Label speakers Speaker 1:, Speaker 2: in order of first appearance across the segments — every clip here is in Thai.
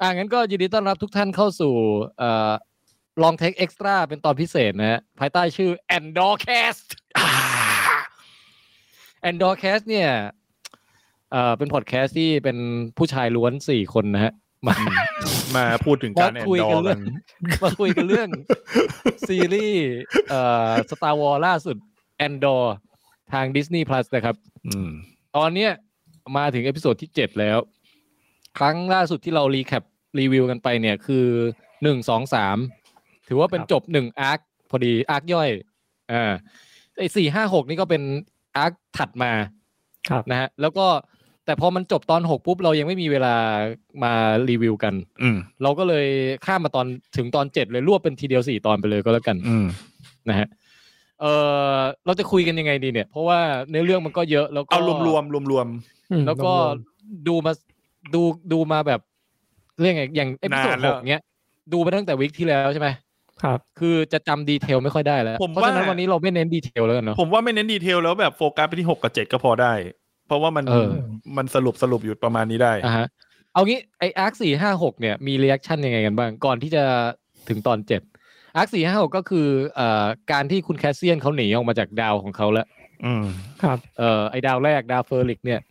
Speaker 1: อ่างั้นก็ยินดีต้อนรับทุกท่านเข้าสู่เอ่อลองเทคเอ็กซ์ตร้าเป็นตอนพิเศษนะฮะภายใต้ชื่อ Endorcast Endorcast เนี่ยเอ่อเป็นพอดแคสต์ที่เป็นผู้ชายล้วนสี่คนนะฮะมา
Speaker 2: มาพูดถึงการแอ
Speaker 1: มาน คุย
Speaker 2: ดอ
Speaker 1: กัน
Speaker 2: ร์
Speaker 1: เรื่อ
Speaker 2: กั
Speaker 1: ง
Speaker 2: น
Speaker 1: มาคุยกันเรื่อง ซีรีส์เอ่อสตาร์วอลล่าสุด Endor ทาง Disney Plus นะครับ
Speaker 2: อืม
Speaker 1: ตอนเนี้ยมาถึงเอพิโซดที่เจ็ดแล้ว ครั้งล่าสุดที่เรารีแคปรีวิวกันไปเนี่ยคือหนึ่งสองสามถือว่าเป็น
Speaker 2: ครับ
Speaker 1: จบหนึ่งอาร์คพอดีอาร์คย่อยอ่าไอสี่ห้าหกนี่ก็เป็นอาร์คถัดมา
Speaker 3: ครับ
Speaker 1: นะฮะแล้วก็แต่พอมันจบตอนหกปุ๊บ เรายังไม่มีเวลามารีวิวกัน
Speaker 2: อืม
Speaker 1: เราก็เลยข้ามมาตอนถึงตอนเจ็ดเลยรวบเป็นทีเดียวสี่ตอนไปเลยก็แล้วกัน
Speaker 2: อืม
Speaker 1: นะฮะเออเราจะคุยกันยังไงดีเนี่ย เพราะว่าเนื้อเรื่องมันก็เยอะแล้วก็
Speaker 2: เอารวมรวมรวมรวม
Speaker 3: อืม
Speaker 1: แล้วก็
Speaker 3: รม
Speaker 1: ดูมาดูดูมาแบบเรื่องไงอย่างเอพิโซด
Speaker 2: นาน
Speaker 1: ห
Speaker 2: แล้ว
Speaker 1: กเนี้ยดูไปตั้งแต่วิกที่แล้วใช่ไหม
Speaker 3: ๆครับ
Speaker 1: คือจะจำดีเทลไม่ค่อยได้แล้ว
Speaker 2: ผม
Speaker 1: เพราะฉะนั้น
Speaker 2: ว่า
Speaker 1: วันนี้เราไม่เน้นดีเทลแล้วกันเนาะ
Speaker 2: ผมว่าไม่เน้นดีเทลแล้วแบบโฟกัสไปที่หกกับเจ็ดก็พอได้ เพราะว่ามัน
Speaker 1: เออ
Speaker 2: มันสรุปสรุปอยู่ประมาณนี้ได้
Speaker 1: อ่ะฮะเอางี้ไออาร์คสี่ห้าหกเนี่ยมีเรีแอคชั่นยังไงกันบ้าง ก่อนที่จะถึงตอนเจ็ดอาร์คสี่ห้าหกก็คือเอ่อการที่คุณแคสเซียนเขาหนีออกมาจากดาวของเขาแล้ว
Speaker 2: อืม
Speaker 3: ครับ
Speaker 1: เอ่อไอดาวแรกดาวเฟอร์ลิกเนี่ย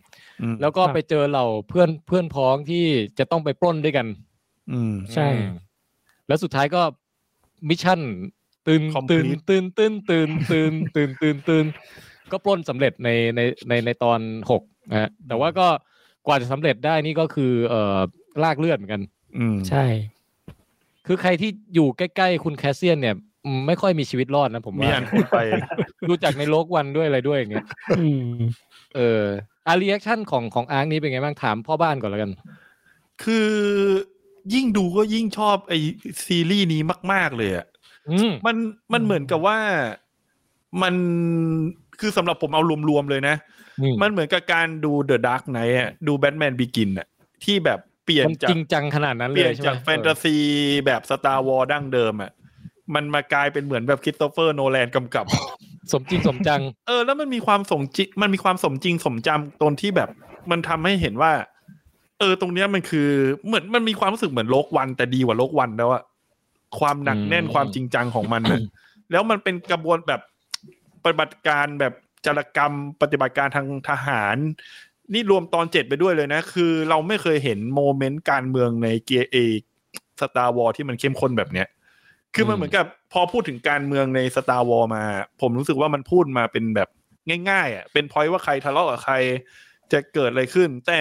Speaker 2: อืม
Speaker 1: แล้วก็
Speaker 3: ครับ
Speaker 1: ไปเจอเหล่าเพื่อนเพื่อนพ้องที่จะต้องไปปล้นด้วยกัน
Speaker 2: อืม
Speaker 3: ใช่
Speaker 1: อืมแล้วสุดท้ายก็มิชชั่นตื่น
Speaker 2: Complete
Speaker 1: ตื่นตื่นตื่นตื่นตื่นตื่นตื่นตื่นก็ปล้นสำเร็จในในในในตอนหกนะฮะแต่ว่าก็กว่าจะสำเร็จได้นี่ก็คือเอ่อลากเลือดเหมือนกัน
Speaker 2: อืม
Speaker 3: ใช่
Speaker 1: คือใครที่อยู่ใกล้ๆคุณแคสเซียนเนี่ยอืมไม่ค่อยมีชีวิตรอดนะผม
Speaker 2: มี
Speaker 1: ว่า
Speaker 2: อันพูดไป
Speaker 1: ดูจากในโลกวันด้วยอะไรด้วยอย่างเงี้ย
Speaker 3: อืม
Speaker 1: เอออารีแอคชั่นของของอาร์คนี้เป็นไงบ้างถามพ่อบ้านก่อนแล้วกัน
Speaker 2: คือยิ่งดูก็ยิ่งชอบไอซีรีส์นี้มาก ๆ เลยอะ
Speaker 1: อืม
Speaker 2: มันมันเหมือนกับว่ามันคือสำหรับผมเอารวม ๆ เลยนะ
Speaker 1: อืม
Speaker 2: มันเหมือนกับการดูเดอะดาร์กไนท์ดูแบทแมนบิกินอะที่แบบเปลี่ยน
Speaker 1: มัน
Speaker 2: จา
Speaker 1: จ
Speaker 2: ก
Speaker 1: ริงจังขนาดนั้น
Speaker 2: เป
Speaker 1: เล
Speaker 2: ลี่ย
Speaker 1: ย
Speaker 2: น
Speaker 1: ใช่ไหม
Speaker 2: จากแฟนตาซีแบบสตาร์วอลดั้งเดิมอ่ะ มันมากลายเป็นเหมือนแบบคริสโตเฟอร์โนแลนกำกับ
Speaker 1: สมจริงสมจัง
Speaker 2: เออ แล้วมันมีความสมจริงมันมีความสมจริงสมจำตรงที่แบบ มันทำให้เห็นว่า เออตรงเนี้ยมันคือเหมือนมันมีความรู้สึกเหมือนโลกวัน แต่ดีกว่าโลกวันแล้วอะความหนักแน่น
Speaker 1: อืม
Speaker 2: ความจริงจังของมันอะแล้วมันเป็นกระบวนแบบปฏิบัติการแบบจารกรรมปฏิบัติการทางทหาร นี่รวมตอนเจ็ดไปด้วยเลยนะ คือเราไม่เคยเห็นโมเมนต์การเมืองในเกียร์เอสตาร์วอที่มันเข้มข้นแบบเนี้ย คือมันเหมือนกับพอพูดถึงการเมืองในสตาร์วอมา ผมรู้สึกว่ามันพูดมาเป็นแบบง่ายๆอ่ะเป็นพอยต์ว่าใครทะเลาะกับใครจะเกิดอะไรขึ้น แต่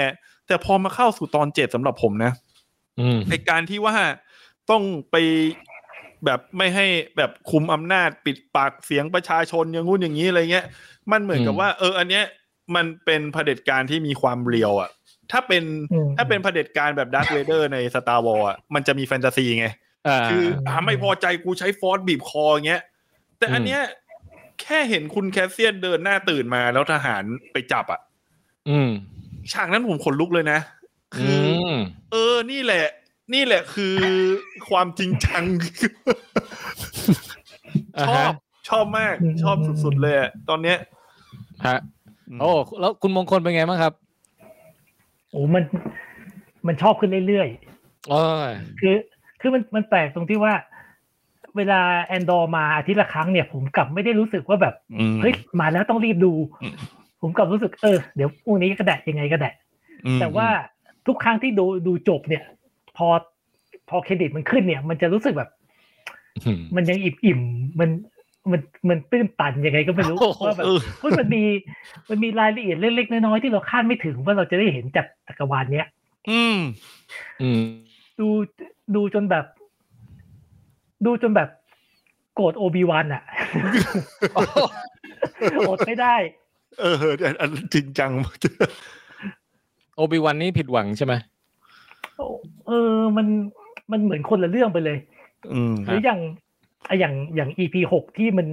Speaker 2: แต่พอมาเข้าสู่ตอนเจ็ดสำหรับผมนะ
Speaker 1: อืม
Speaker 2: ในการที่ว่าต้องไปแบบไม่ให้แบบคุมอำนาจปิดปากเสียงประชาชนอย่างงู้นอย่างนี้อะไรเงี้ย มันเหมือนกับ
Speaker 1: อืม
Speaker 2: ว่า เออ อันเนี้ยมันเป็นเผด็จการที่มีความเรียวอ่ะ ถ้าเป็น
Speaker 3: อืม
Speaker 2: ถ้าเป็นเผด็จการแบบดักเวเดอร์ในสตาร์วอลอ่ะมันจะมีแฟนตาซีไง
Speaker 1: อ่า
Speaker 2: คือ
Speaker 3: อ่า
Speaker 2: อ่าไม่พอใจกูใช้ฟอร์สบีบคออย่างเงี้ย แต่อันเนี้ยแค่เห็นคุณแคสเซียนเดินหน้าตื่นมาแล้วทหารไปจับอ่ะ
Speaker 1: อืม
Speaker 2: ฉากนั้นผมขนลุกเลยนะ คืออ
Speaker 1: ม
Speaker 2: เออ นี่แหละ นี่แหละคือความจริงจัง
Speaker 1: อ่า
Speaker 2: ชอ
Speaker 1: ฮะ
Speaker 2: บ ชอบมาก ชอบสุดๆเลยอะตอนเนี้ย
Speaker 1: ฮะ โอ้ แล้วคุณมงคลเป็นไงบ้างครับ
Speaker 4: โอ้มันมันชอบขึ้นเรื่อย
Speaker 1: โอ้ย
Speaker 4: ๆ คือ คือมันมันแปลกตรงที่ว่า เวลาแอนดอร์มาอาทิตย์ละครั้งเนี่ย ผมกลับไม่ได้รู้สึกว่าแบบ
Speaker 2: อืม
Speaker 4: เฮ้ย มาแล้วต้องรีบดู
Speaker 2: อืม
Speaker 4: ผมกลับรู้สึกเออ เดี๋ยวพรุ่งนี้ก็ได้ยังไงก็ได้
Speaker 2: อืม
Speaker 4: แต่ว่าทุกครั้งที่ดูดูจบเนี่ย พอพอเครดิตมันขึ้นเนี่ย มันจะรู้สึกแบบ มันยังอิ่มอิ่มๆมันมันมันตื้นตันยังไงก็ไม่รู้ว่าแบบ
Speaker 2: เออ
Speaker 4: เฮ้ยมันมีมันมีรายละเอียดเล็กๆน้อยๆที่เราคาดไม่ถึงว่าเราจะได้เห็นจากจักรวาลเนี้ย
Speaker 2: อืม
Speaker 1: อืม
Speaker 4: ดูดูจนแบบ ดูจนแบบโกรธโอบิวันอะ อดไม่ได้
Speaker 2: เอออันอันจริงจังมาก
Speaker 1: โอบิวันนี่ผิดหวังใช่ไหม
Speaker 4: เออมันมันเหมือนคนละเรื่องไปเลย
Speaker 2: อืม
Speaker 4: หรืออย่างอะอย่างอย่างอีพีหกที่มัน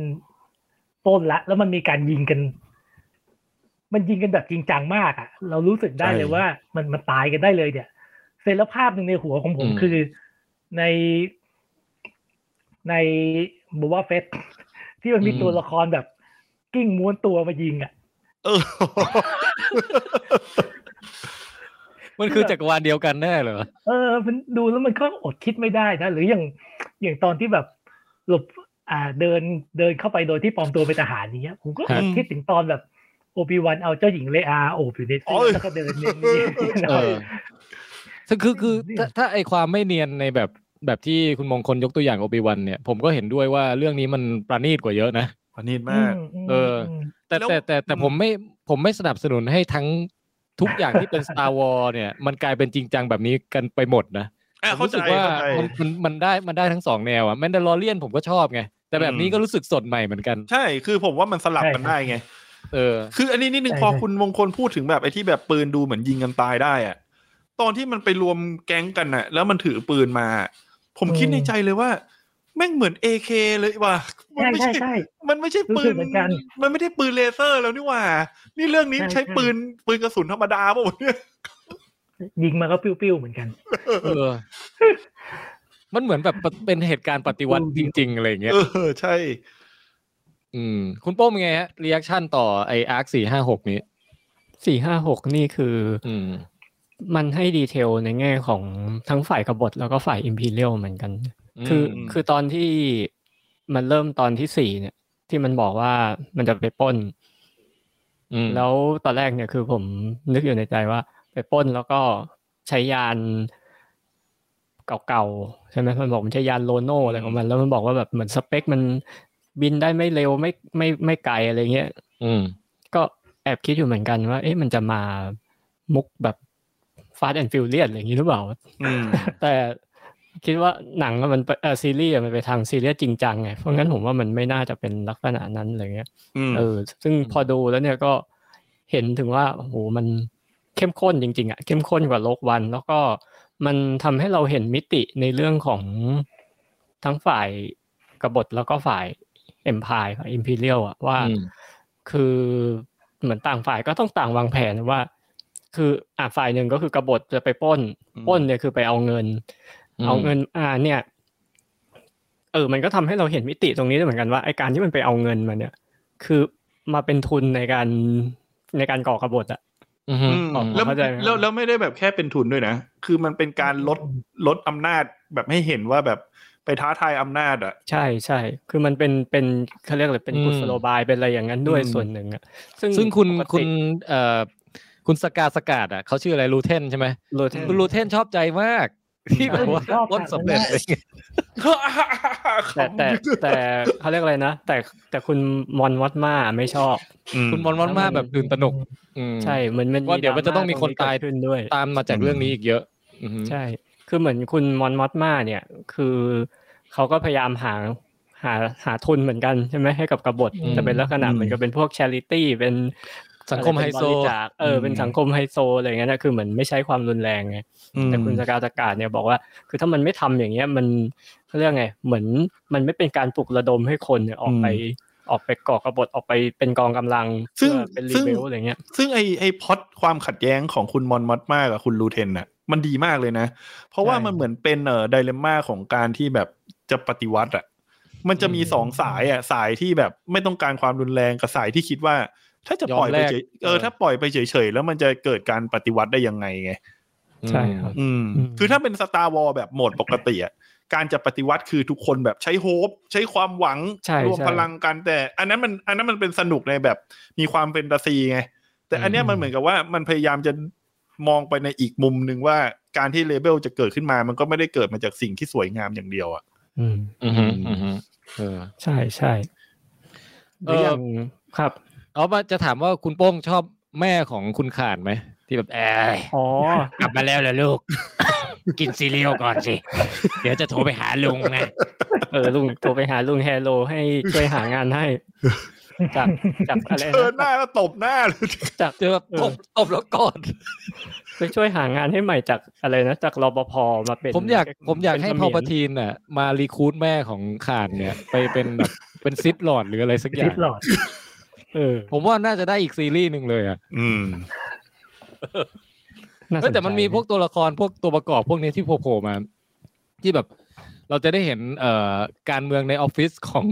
Speaker 4: ต้นละ แล้วมันมีการยิงกัน มันยิงกันแบบจริงจังมากอะเรารู้สึกได้
Speaker 2: ใช่
Speaker 4: เลยว่ามันมันตายกันได้เลยเนี่ยเสร็จแล้วภาพหนึ่งในหัวของผม
Speaker 1: อืม
Speaker 4: คือในในบูว่าเฟสที่มันมีตัวละครแบบ กิ้ง ม้วนตัวมายิงอะ
Speaker 2: เออ
Speaker 1: มันคือจักรวาลเดียวกันแน่เหรอ
Speaker 4: เออ มันดูแล้วมันก็อดคิดไม่ได้นะ หรืออย่างอย่างตอนที่แบบหลบอ่าเดินเดินเข้าไปโดยที่ปลอมตัวเป็นทหารอย่างเงี้ย ผมก็อดคิดถึงตอนแบบโอบิวันเอาเจ้าหญิงเลอาโอบอยู่ใน
Speaker 2: อ๋
Speaker 4: เสื้
Speaker 2: อ
Speaker 4: อแล้วก็เดินเนี่ยเนี่ย
Speaker 1: เออซึ่งคือคือถ้าถ้าไอความไม่เนียนในแบบแบบที่คุณมงคลยกตัวอย่างโอบิวันเนี่ย ผมก็เห็นด้วยว่าเรื่องนี้มันประณีตกว่าเยอะนะ
Speaker 2: ประณีต
Speaker 4: อื
Speaker 2: มาก
Speaker 4: มม
Speaker 1: เออ
Speaker 4: ม
Speaker 1: แต่
Speaker 2: แล้ว
Speaker 1: แต่แต่แต่
Speaker 2: อืม
Speaker 1: ผมไม่ผมไม่สนับสนุนให้ทั้งทุกอย่างที่เป็น Star Wars เนี่ย มันกลายเป็นจริงจังแบบนี้กันไปหมดนะ
Speaker 2: อ่ะ
Speaker 1: ผม
Speaker 2: เข้า
Speaker 1: รู้
Speaker 2: ใจ
Speaker 1: สึกว่า
Speaker 2: เข้าใจ
Speaker 1: มันมันมันได้มันได้ทั้งสองแนวอะแมนดาลอเรียนผมก็ชอบไง แต่แบบนี้
Speaker 2: อืม
Speaker 1: ก็รู้สึกสดใหม่เหมือนกัน
Speaker 2: ใช่ คือผมว่ามันสลับกัน
Speaker 4: ใช่
Speaker 2: ได้ไง
Speaker 1: เออ
Speaker 2: คืออันนี้นิดนึง
Speaker 4: ใช่
Speaker 2: พอ
Speaker 4: ใช่
Speaker 2: คุณมงคลพูดถึงแบบไอ้ที่แบบปืนดูเหมือนยิงกันตายได้อะตอนที่มันไปรวมแก๊งกันน่ะ แล้วมันถือปืนมา ผมคิดในใจเลยว่า แม่งเหมือนเอเคเลยว่ะมั
Speaker 4: ใช่
Speaker 2: ไม่
Speaker 4: ใช่
Speaker 2: ใช่
Speaker 4: ใช่
Speaker 2: มันไม่ใช่
Speaker 4: รู้
Speaker 2: ปื
Speaker 4: สึ
Speaker 2: น
Speaker 4: กเหมือนกัน
Speaker 2: มันไม่ได้ปืนเลเซอร์แล้วนี่หว่า นี่เรื่องนี้
Speaker 4: ใช่
Speaker 2: ใช้
Speaker 4: ใช่
Speaker 2: ปืนปืนกระสุนธรรมดาป่ะวะเนี่ย
Speaker 4: ยิงมาก็ปิ้วๆเหมือนกัน
Speaker 1: เออ มันเหมือนแบบปะเป็นเหตุการณ์ปฏิวัติจริง ๆ อะไรอย่างเงี้ย
Speaker 2: เออใช่
Speaker 1: อืมคุณโป้งเป็นไงฮะรีแอคชั่นต่อไออาร์คสี่ห้าหกนี้
Speaker 3: สี่ห้าหกนี่คืออ
Speaker 1: อืม
Speaker 3: มันให้ดีเทลในแง่ของทั้งฝ่ายกบฏแล้วก็ฝ่ายอิมพีเรียลเหมือนกัน คือ
Speaker 1: อืม
Speaker 3: คือตอนที่มันเริ่มตอนที่สี่เนี่ย ที่มันบอกว่ามันจะไปปล้น
Speaker 1: อืม
Speaker 3: แล้วตอนแรกเนี่ยคือผมนึกอยู่ในใจว่า ไปปล้นแล้วก็ใช้ยานเก่าๆใช่ไหมมันบอกมันใช้ยานโลโน่อะไรของมัน แล้วมันบอกว่าแบบเหมือนสเปคมันบินได้ไม่เร็วไม่ไม่ไม่ไกลอะไรเงี้ย
Speaker 1: อืม
Speaker 3: ก็แอบคิดอยู่เหมือนกันว่า เอ๊ะมันจะมามุกแบบฟาสต์แอนด์ฟิลเลียอะไรอย่างนี้หรือเปล่า
Speaker 2: อืม
Speaker 3: แต่คิดว่าหนังอะมันไปเออซีรีส์อะมันไปทางซีเรียสจริงจังไง เพราะงั้นผมว่ามันไม่น่าจะเป็นลักษณะนั้นอะไรเงี้ย
Speaker 2: อืม
Speaker 3: เออ ซึ่งพอดูแล้วเนี่ยก็เห็นถึงว่า โอ้โห มันเข้มข้นจริง ๆอะเข้มข้นกว่าโลกวัน แล้วก็มันทำให้เราเห็นมิติในเรื่องของทั้งฝ่ายกบฏแล้วก็ฝ่ายเอ็มพายฝ่ายอิมพีเรียลอะว่า
Speaker 1: อืม
Speaker 3: คือเหมือนต่างฝ่ายก็ต้องต่างวางแผนว่า คืออ่ะฝ่ายหนึ่งก็คือกบฏจะไปปล้น ปล้นเนี่ยคือไปเอาเงิน
Speaker 1: อืม
Speaker 3: เอาเงินอ่าเนี่ย เออ มันก็ทำให้เราเห็นมิติตรงนี้ด้วยเหมือนกันว่าไอการที่มันไปเอาเงินมาเนี่ย คือมาเป็นทุนในการในการก่อกบฏอะ
Speaker 1: อืม
Speaker 2: อืม
Speaker 3: อ๋อ
Speaker 2: แล้ว
Speaker 3: เข้าใจครับ
Speaker 2: แล้วแล้วไม่ได้แบบแค่เป็นทุนด้วยนะ คือมันเป็นการลดลดอำนาจแบบให้เห็นว่าแบบไปท้าทายอำนาจอ่ะ
Speaker 3: ใช่ใช่คือมันเป็นเป็นเขาเรียกอะไรเป็น
Speaker 1: อืม
Speaker 3: กุศโลบายเป็นอะไรอย่างนั้นด้วย
Speaker 2: อืม
Speaker 3: ส่วนหนึ่งอะ
Speaker 1: ซึ่งคุณ
Speaker 3: ปก
Speaker 1: คุ
Speaker 3: ติ
Speaker 1: ณเอ่อคุณสกาสกาดอ่ะเขาชื่ออะไรลูเทนใช่ไหม
Speaker 3: โรเทน
Speaker 1: คุณลูเทนชอบใจมาก ที่แบบว่า
Speaker 4: ชอบมาก
Speaker 1: ต้นสำเร็จอะไรเงี้ย
Speaker 3: แต่แต่แต่เขาเรียกอะไรนะ แต่แต่คุณมอนวัตมาไม่ชอบ
Speaker 2: อืม
Speaker 1: คุณมอนมอนมากแบบตื่นตระหนกอืม
Speaker 3: ใช่เหมือนมัน
Speaker 1: ว่าเดี๋ยวมันจะต้องมีคนตาย
Speaker 3: เกิดขึ้นด้วย
Speaker 1: ตามมาจากเรื่องนี้อีกเยอะอืม
Speaker 3: ใช่ คือเหมือนคุณมอนมอสมาเนี่ย คือเขาก็พยายามหาหาหาทุนเหมือนกันใช่ไหมให้กับกบฏ
Speaker 2: อืม
Speaker 3: จะเป็นลักษณะ
Speaker 2: อืม
Speaker 3: เหมือนกับเป็นพวกช h ริตี้เป็น
Speaker 1: สังคมไฮโซ
Speaker 3: เป็นบริจาคเออเป็นสังคมไฮโซอะไรอย่างเงี้ยนะคือเหมือนไม่ใช้ความรุนแรงไง แต่คุณสกาวตะกาศเนี่ยบอกว่า คือถ้ามันไม่ทำอย่างเงี้ย มันเขาเรียกไง เหมือนมันไม่เป็นการปลุกระดมให้คนเนี่ยออกไปออกไปก่อกบฏออกไปเป็นกองกำลัง
Speaker 2: ซึ่ง
Speaker 3: เพื่อเป็นรี
Speaker 2: ซึ่ง
Speaker 3: เบลอะไรเงี้ย
Speaker 2: ซึ่งไอไอพล็อดความขัดแย้งของคุณมอนมอดมากกับคุณลูเทนน่ะ มันดีมากเลยนะ เพราะว่า
Speaker 3: ใช่
Speaker 2: มันเหมือนเป็นเอ่อไดเลมม่าของการที่แบบจะปฏิวัติอ่ะ มันจะมี
Speaker 1: อืม
Speaker 2: สองสายอ่ะสายที่แบบไม่ต้องการความรุนแรงกับสายที่คิดว่า ถ้าจะปล่อยไป
Speaker 1: ยอมแลก
Speaker 2: เฉยเอ
Speaker 1: เอ
Speaker 2: อ
Speaker 1: อ
Speaker 2: ถ้าปล่อยไปเฉยๆแล้วมันจะเกิดการปฏิวัติได้ยังไงไง
Speaker 3: ใช่ครับ
Speaker 2: อืม
Speaker 3: อืม
Speaker 2: คือถ้าเป็นสตาร์วอลแบบโหมดปกติอ่ะการจะปฏิวัติคือทุกคนแบบใช้โฮปใช้ความหวัง
Speaker 3: ใช่
Speaker 2: รวม
Speaker 3: ใช่
Speaker 2: พลังกันแต่ อันนั้นมันอันนั้นมันเป็นสนุกในแบบมีความแฟนตาซีไง แต่อันเนี้ยมันเหมือนกับว่ามันพยายามจะมองไปในอีกมุมหนึ่งว่าการที่เลเบลจะเกิดขึ้นมามันก็ไม่ได้เกิดมาจากสิ่งที่สวยงามอย่างเดียวอ่ะ
Speaker 3: อืม
Speaker 1: อืมอืมอืมอืมเออ
Speaker 3: ใช่ใช่หรือ
Speaker 1: เอ่ออ
Speaker 3: อย่างครับ
Speaker 1: เอามาจะถามว่าคุณโป้งชอบแม่ของคุณข่านไหม ที่แบบแอย
Speaker 3: อ๋อ
Speaker 1: กลับมาแล้วเหรอลูก กินซีเรียลก่อนสิ เดี๋ยวจะโทรไปหาลุงนะ
Speaker 3: เออลุงโทรไปหาลุงแฮโลให้ช่วยหางานให้ จากจากอะไร
Speaker 2: เชิญห
Speaker 3: นะ
Speaker 2: น้าแล้วตบหน้าเลย
Speaker 3: จาก
Speaker 1: จะแบบตบตบแล้วกอด
Speaker 3: ไปช่วยหางานให้ใหม่จากอะไรนะจากรปภมาเป็น
Speaker 1: ผมอยาก
Speaker 3: เป็น
Speaker 1: ผมอยากให้
Speaker 3: เป็น
Speaker 1: พอป
Speaker 3: เสมียน
Speaker 1: ทีนน่ะ มารีครูดแม่ของข่านเนี่ย ไปเป็นแบบ เป็นซิดหลอดหรืออะไรสักอย่า
Speaker 4: ติ
Speaker 1: ง
Speaker 4: ดหลอด
Speaker 3: เออ
Speaker 1: ผมว่าน่าจะได้อีกซีรีส์หนึ่งเลยอ่ะ
Speaker 2: อืม
Speaker 3: าส
Speaker 1: เอ้ยแต่มันมี
Speaker 3: ใจ
Speaker 1: พวกตัวละครพวกตัวประกอบพวกนี้ที่โผล่ๆมา ที่แบบเราจะได้เห็นเอ่อการเมืองในออฟฟิศของ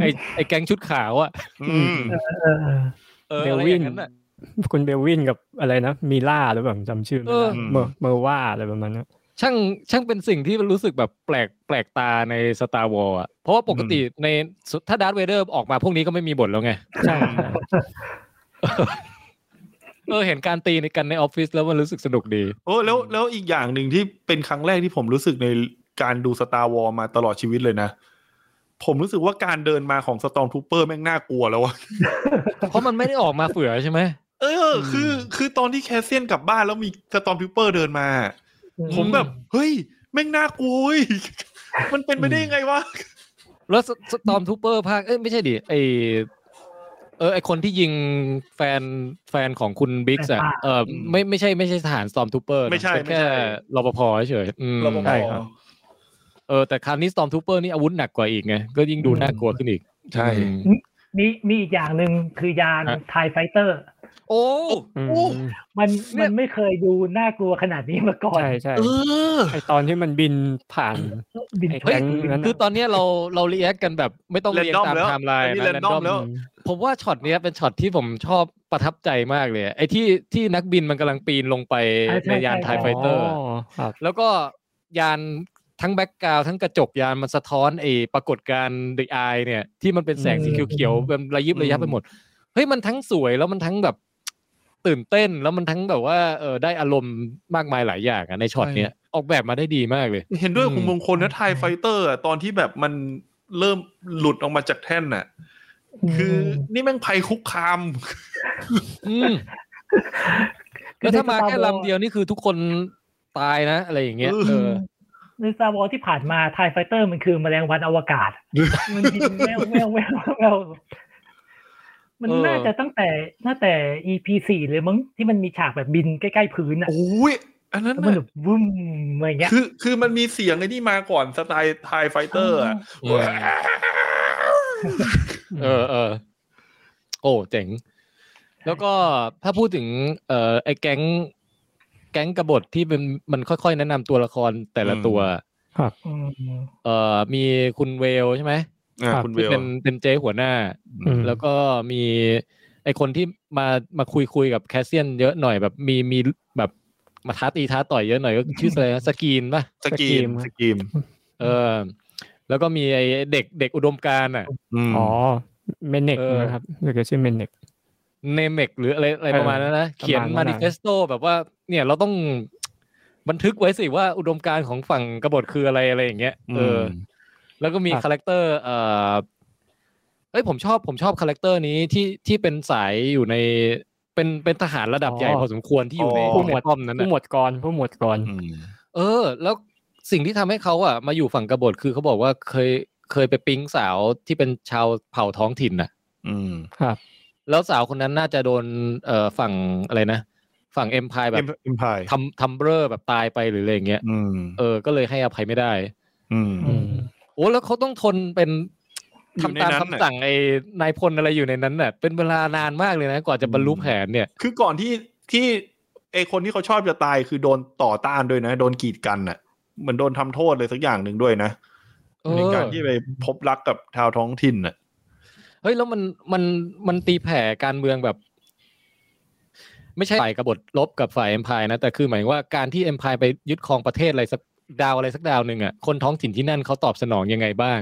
Speaker 1: ไอไอแก๊งชุดขาวอ่ะ
Speaker 2: อืม
Speaker 4: เออเออ
Speaker 1: เออ
Speaker 3: เด
Speaker 1: อะไร
Speaker 3: วิ
Speaker 1: อน ย่างนั้นน่ะ
Speaker 3: คุณเบลวินกับอะไรนะมีล่าหรือแบบจำชื่อไม่ได้
Speaker 1: เออ
Speaker 3: เมอร์เมอร์ว่าอะไรประมาณนั้น
Speaker 1: ช่างช่างเป็นสิ่งที่มันรู้สึกแบบแปลกแปลกตาใน Star Wars อ่ะเพราะว่าปกติในถ้าดาร์ v เวเดอร์ออกมาพวกนี้ก็ไม่มีบทแล้วไง
Speaker 3: ใช่
Speaker 1: เออเห็นการตีในกันในออฟฟิศแล้วมันรู้สึกสนุกดี
Speaker 2: โอ้แล้วแล้วอีกอย่างหนึ่งที่เป็นครั้งแรกที่ผมรู้สึกในการดูสตาร์วอลมาตลอดชีวิตเลยนะ ผมรู้สึกว่าการเดินมาของสตอมทูเปอร์แม่งน่ากลัวแล้วอะ
Speaker 1: เพราะมันไม่ได้ออกมาเฟือใช่ไหม
Speaker 2: เอออ คือ คือตอนที่แคสเซียนกลับบ้านแล้วมีสตอมทูเปอร์เดินมา
Speaker 4: อืม
Speaker 2: ผมแบบ เฮ้ย แม่งน่ากลัวเว้ย มันเป็นไปได้ยังไงวะ
Speaker 1: แล้วสตอมทูเปอร์ภาค เอ้ยไม่ใช่ดิไอเออไอคนที่ยิงแฟนแฟนของคุณบิ๊กส์อ่ะ
Speaker 4: อ่า
Speaker 1: เออไม่ไม่ใช่ไม่ใช่ทหารสตอมทูเปอร์
Speaker 2: ไม่ใช่
Speaker 1: เป็นแค่
Speaker 2: ไม่ใช่
Speaker 1: รปภเฉยๆอืม
Speaker 2: เราบอก
Speaker 3: ใช่ครับ
Speaker 1: เออแต่คราวนี้สตอมทูเปอร์นี่อาวุธหนักกว่าอีกไง ก็ยิ่งดูน่ากลัวขึ้นอีก
Speaker 2: ใช่
Speaker 1: อืม
Speaker 4: มีมีอีกอย่างหนึ่งคือยาน
Speaker 1: ฮะ
Speaker 4: ไทไฟเตอร์
Speaker 1: โอ้
Speaker 3: อืม
Speaker 2: โอ้
Speaker 4: มัน
Speaker 1: เนี่
Speaker 4: มั
Speaker 1: ย
Speaker 4: นไม่เคยดูน่ากลัวขนาดนี้มาก่อน
Speaker 3: ใช่ใช่
Speaker 2: เออ
Speaker 3: ไอตอนที่มันบินผ่าน
Speaker 4: บิน
Speaker 3: ไอ้
Speaker 4: เฮ้ย
Speaker 3: แก๊ง นั้นน่ะ
Speaker 1: คือตอนเนี้ยเราเราเรียกกันแบบไม่ต้องเรียง
Speaker 2: Random
Speaker 1: ตาม
Speaker 2: แล้ว
Speaker 1: ไทม์ไลน์
Speaker 2: อันนี้
Speaker 1: นะ
Speaker 2: random แล้ว
Speaker 1: ผมว่าช็อตเนี้ยเป็นช็อตที่ผมชอบประทับใจมากเลยอะไอ้ที่ที่นักบินมันกำลังปีนลงไปในยานไทไฟเตอร์
Speaker 3: ครับ
Speaker 1: แล้วก็ยานทั้งแบ็กกราวด์ทั้งกระจกยานมันสะท้อนไอ้ปรากฏการณ์ The Eye เนี่ย ที่มันเป็นแสงสี
Speaker 3: อืม
Speaker 1: เขียวๆเป็นระยิบระยับไปหมด เฮ้ย มันทั้งสวยแล้วมันทั้งแบบตื่นเต้นแล้วมันทั้งแบบว่าเออได้อารมณ์มากมายหลายอย่างอะในช็อตเนี้ยออกแบบมาได้ดีมากเลย
Speaker 2: เห็นด้วย
Speaker 1: อืม
Speaker 2: คุณมงคลนะไทยไฟเตอร์ตอนที่แบบมันเริ่มหลุดออกมาจากแท่นน่ะ คือนี่แม่งภัยคุกคาม
Speaker 1: อืม
Speaker 4: คือ
Speaker 1: แล้วถ้ามา
Speaker 4: ใน Star
Speaker 1: แค่
Speaker 4: Wars
Speaker 1: ลำเดียวนี่คือทุกคนตายนะ อะไรอย่างเงี้ย
Speaker 2: เออ
Speaker 1: เออ
Speaker 4: ในซาวอที่ผ่านมาไทไฟเตอร์มันคือแมลงวันอวกาศ มันบินแววแววแววแววมัน
Speaker 1: เออ
Speaker 4: น่าจะตั้งแต่ตั้งแต่ EP สี่เลยมั้งที่มันมีฉากแบบบินใกล้ๆพื้นอ่ะ
Speaker 2: โอ้ย อันนั้น
Speaker 4: แล้วมัน
Speaker 2: น่ะ
Speaker 4: แบบวุ้มอะไรเงี้ย
Speaker 2: คือ คือมันมีเสียงไอ้นี่มาก่อนสไตล์ไทยไฟเตอร์อะ
Speaker 1: เออ เออเออ โอ้เจ๋ง แล้วก็ถ้าพูดถึง เอ่อไอ้แก๊ง แก๊งกบฏที่เป็นมันค่อยๆ แนะนำตัวละครแต่ละตัว
Speaker 4: อืม
Speaker 1: เอ่อมีคุณเวลใช่ไหม
Speaker 2: อ่ะ
Speaker 3: ครับ
Speaker 2: คุณเว
Speaker 1: ที่
Speaker 2: ล
Speaker 1: เป็นเป็นเจหัวหน้า
Speaker 3: อืม
Speaker 1: แล้วก็มี ไอ้คนที่มามาคุยคุยกับแคสเซียนเยอะหน่อยแบบมีมีแบบมาท้าตีท้าต่อยเยอะหน่อยก็ชื่ออะไรนะสกีนป่ะ
Speaker 2: สกีมสกีม
Speaker 1: เออ แล้วก็มีไอ้เด็กเด็กอุดมการณ์อ่ะ
Speaker 2: ม
Speaker 3: อ๋อเมนเน็ก
Speaker 1: เออ
Speaker 3: นะครับหรือก็ชื่อเมนเน็ก
Speaker 1: เนเมกหรืออะไรอะไร
Speaker 3: เออ
Speaker 1: ประมาณนั้นนะ
Speaker 3: ประมาณนั้น
Speaker 1: เขียน
Speaker 3: นะ
Speaker 1: มานิเฟสโตแบบว่า เนี่ยเราต้องบันทึกไว้สิว่าอุดมการณ์ของฝั่งกบฏคืออะไรอะไรอย่างเงี้ยเอออ แล้วก็มี
Speaker 3: ครับ
Speaker 1: คาแรคเตอร์เอ่อเอ้ยผมชอบผมชอบคาแรคเตอร์นี้ที่ที่เป็นสายอยู่ในเป็นเป็นทหารระดับใหญ่พอสมควรที่อยู่ใน
Speaker 2: อ๋อ
Speaker 1: ผู้หมวดป้อมนั้น
Speaker 3: ผู้
Speaker 1: นะ
Speaker 3: หมวดกรผู้หมวดกร
Speaker 2: อืม
Speaker 1: เออ แล้วสิ่งที่ทำให้เขาอ่ะมาอยู่ฝั่งกบฏคือเขาบอกว่าเคยเคยไปปิ๊งสาวที่เป็นชาวเผ่าท้องถิ่นน่ะ
Speaker 2: อืม
Speaker 3: ครับ
Speaker 1: แล้วสาวคนนั้นน่าจะโดนเอ่อฝั่งอะไรนะ ฝั่งเอ็มพายแบบ
Speaker 2: อิมพาย
Speaker 1: ทำทำเบลอแบบตายไปหรืออะไรอย่างเงี้ย
Speaker 2: อืม
Speaker 1: เออก็เลยให้อภัยไม่ได้
Speaker 2: อืม
Speaker 3: อืม
Speaker 1: โอ้แล้วเขาต้องทนเป็น
Speaker 2: อยู่ใน
Speaker 1: ทำตาม
Speaker 2: นั้นน่ะ
Speaker 1: คำสั่งไอ้นายพลอะไรอยู่ในนั้นน่ะเป็นเวลานานมากเลยนะกว่าจะบรรลุแผนเนี่ย
Speaker 2: คือก่อนที่ที่ไอคนที่เขาชอบจะตายคือโดนต่อต้านด้วยนะ โดนกีดกันอ่ะ เหมือนโดนทำโทษเลยสักอย่างหนึ่งด้วยนะ
Speaker 1: เออ
Speaker 2: ในการที่ไปพบรักกับชาวท้องถิ่นอ่ะ
Speaker 1: เฮ้ยแล้วมันมันมันตีแผ่การเมืองแบบ ไม่ใช่ฝ่ายกบฏลบกับฝ่ายเอ็มพายนะแต่คือหมายว่าการที่เอ็มพายไปยึดครองประเทศอะไรสักดาวอะไรสักดาวหนึ่งอ่ะคนท้องถิ่นที่นั่นเขาตอบสนองยังไงบ้าง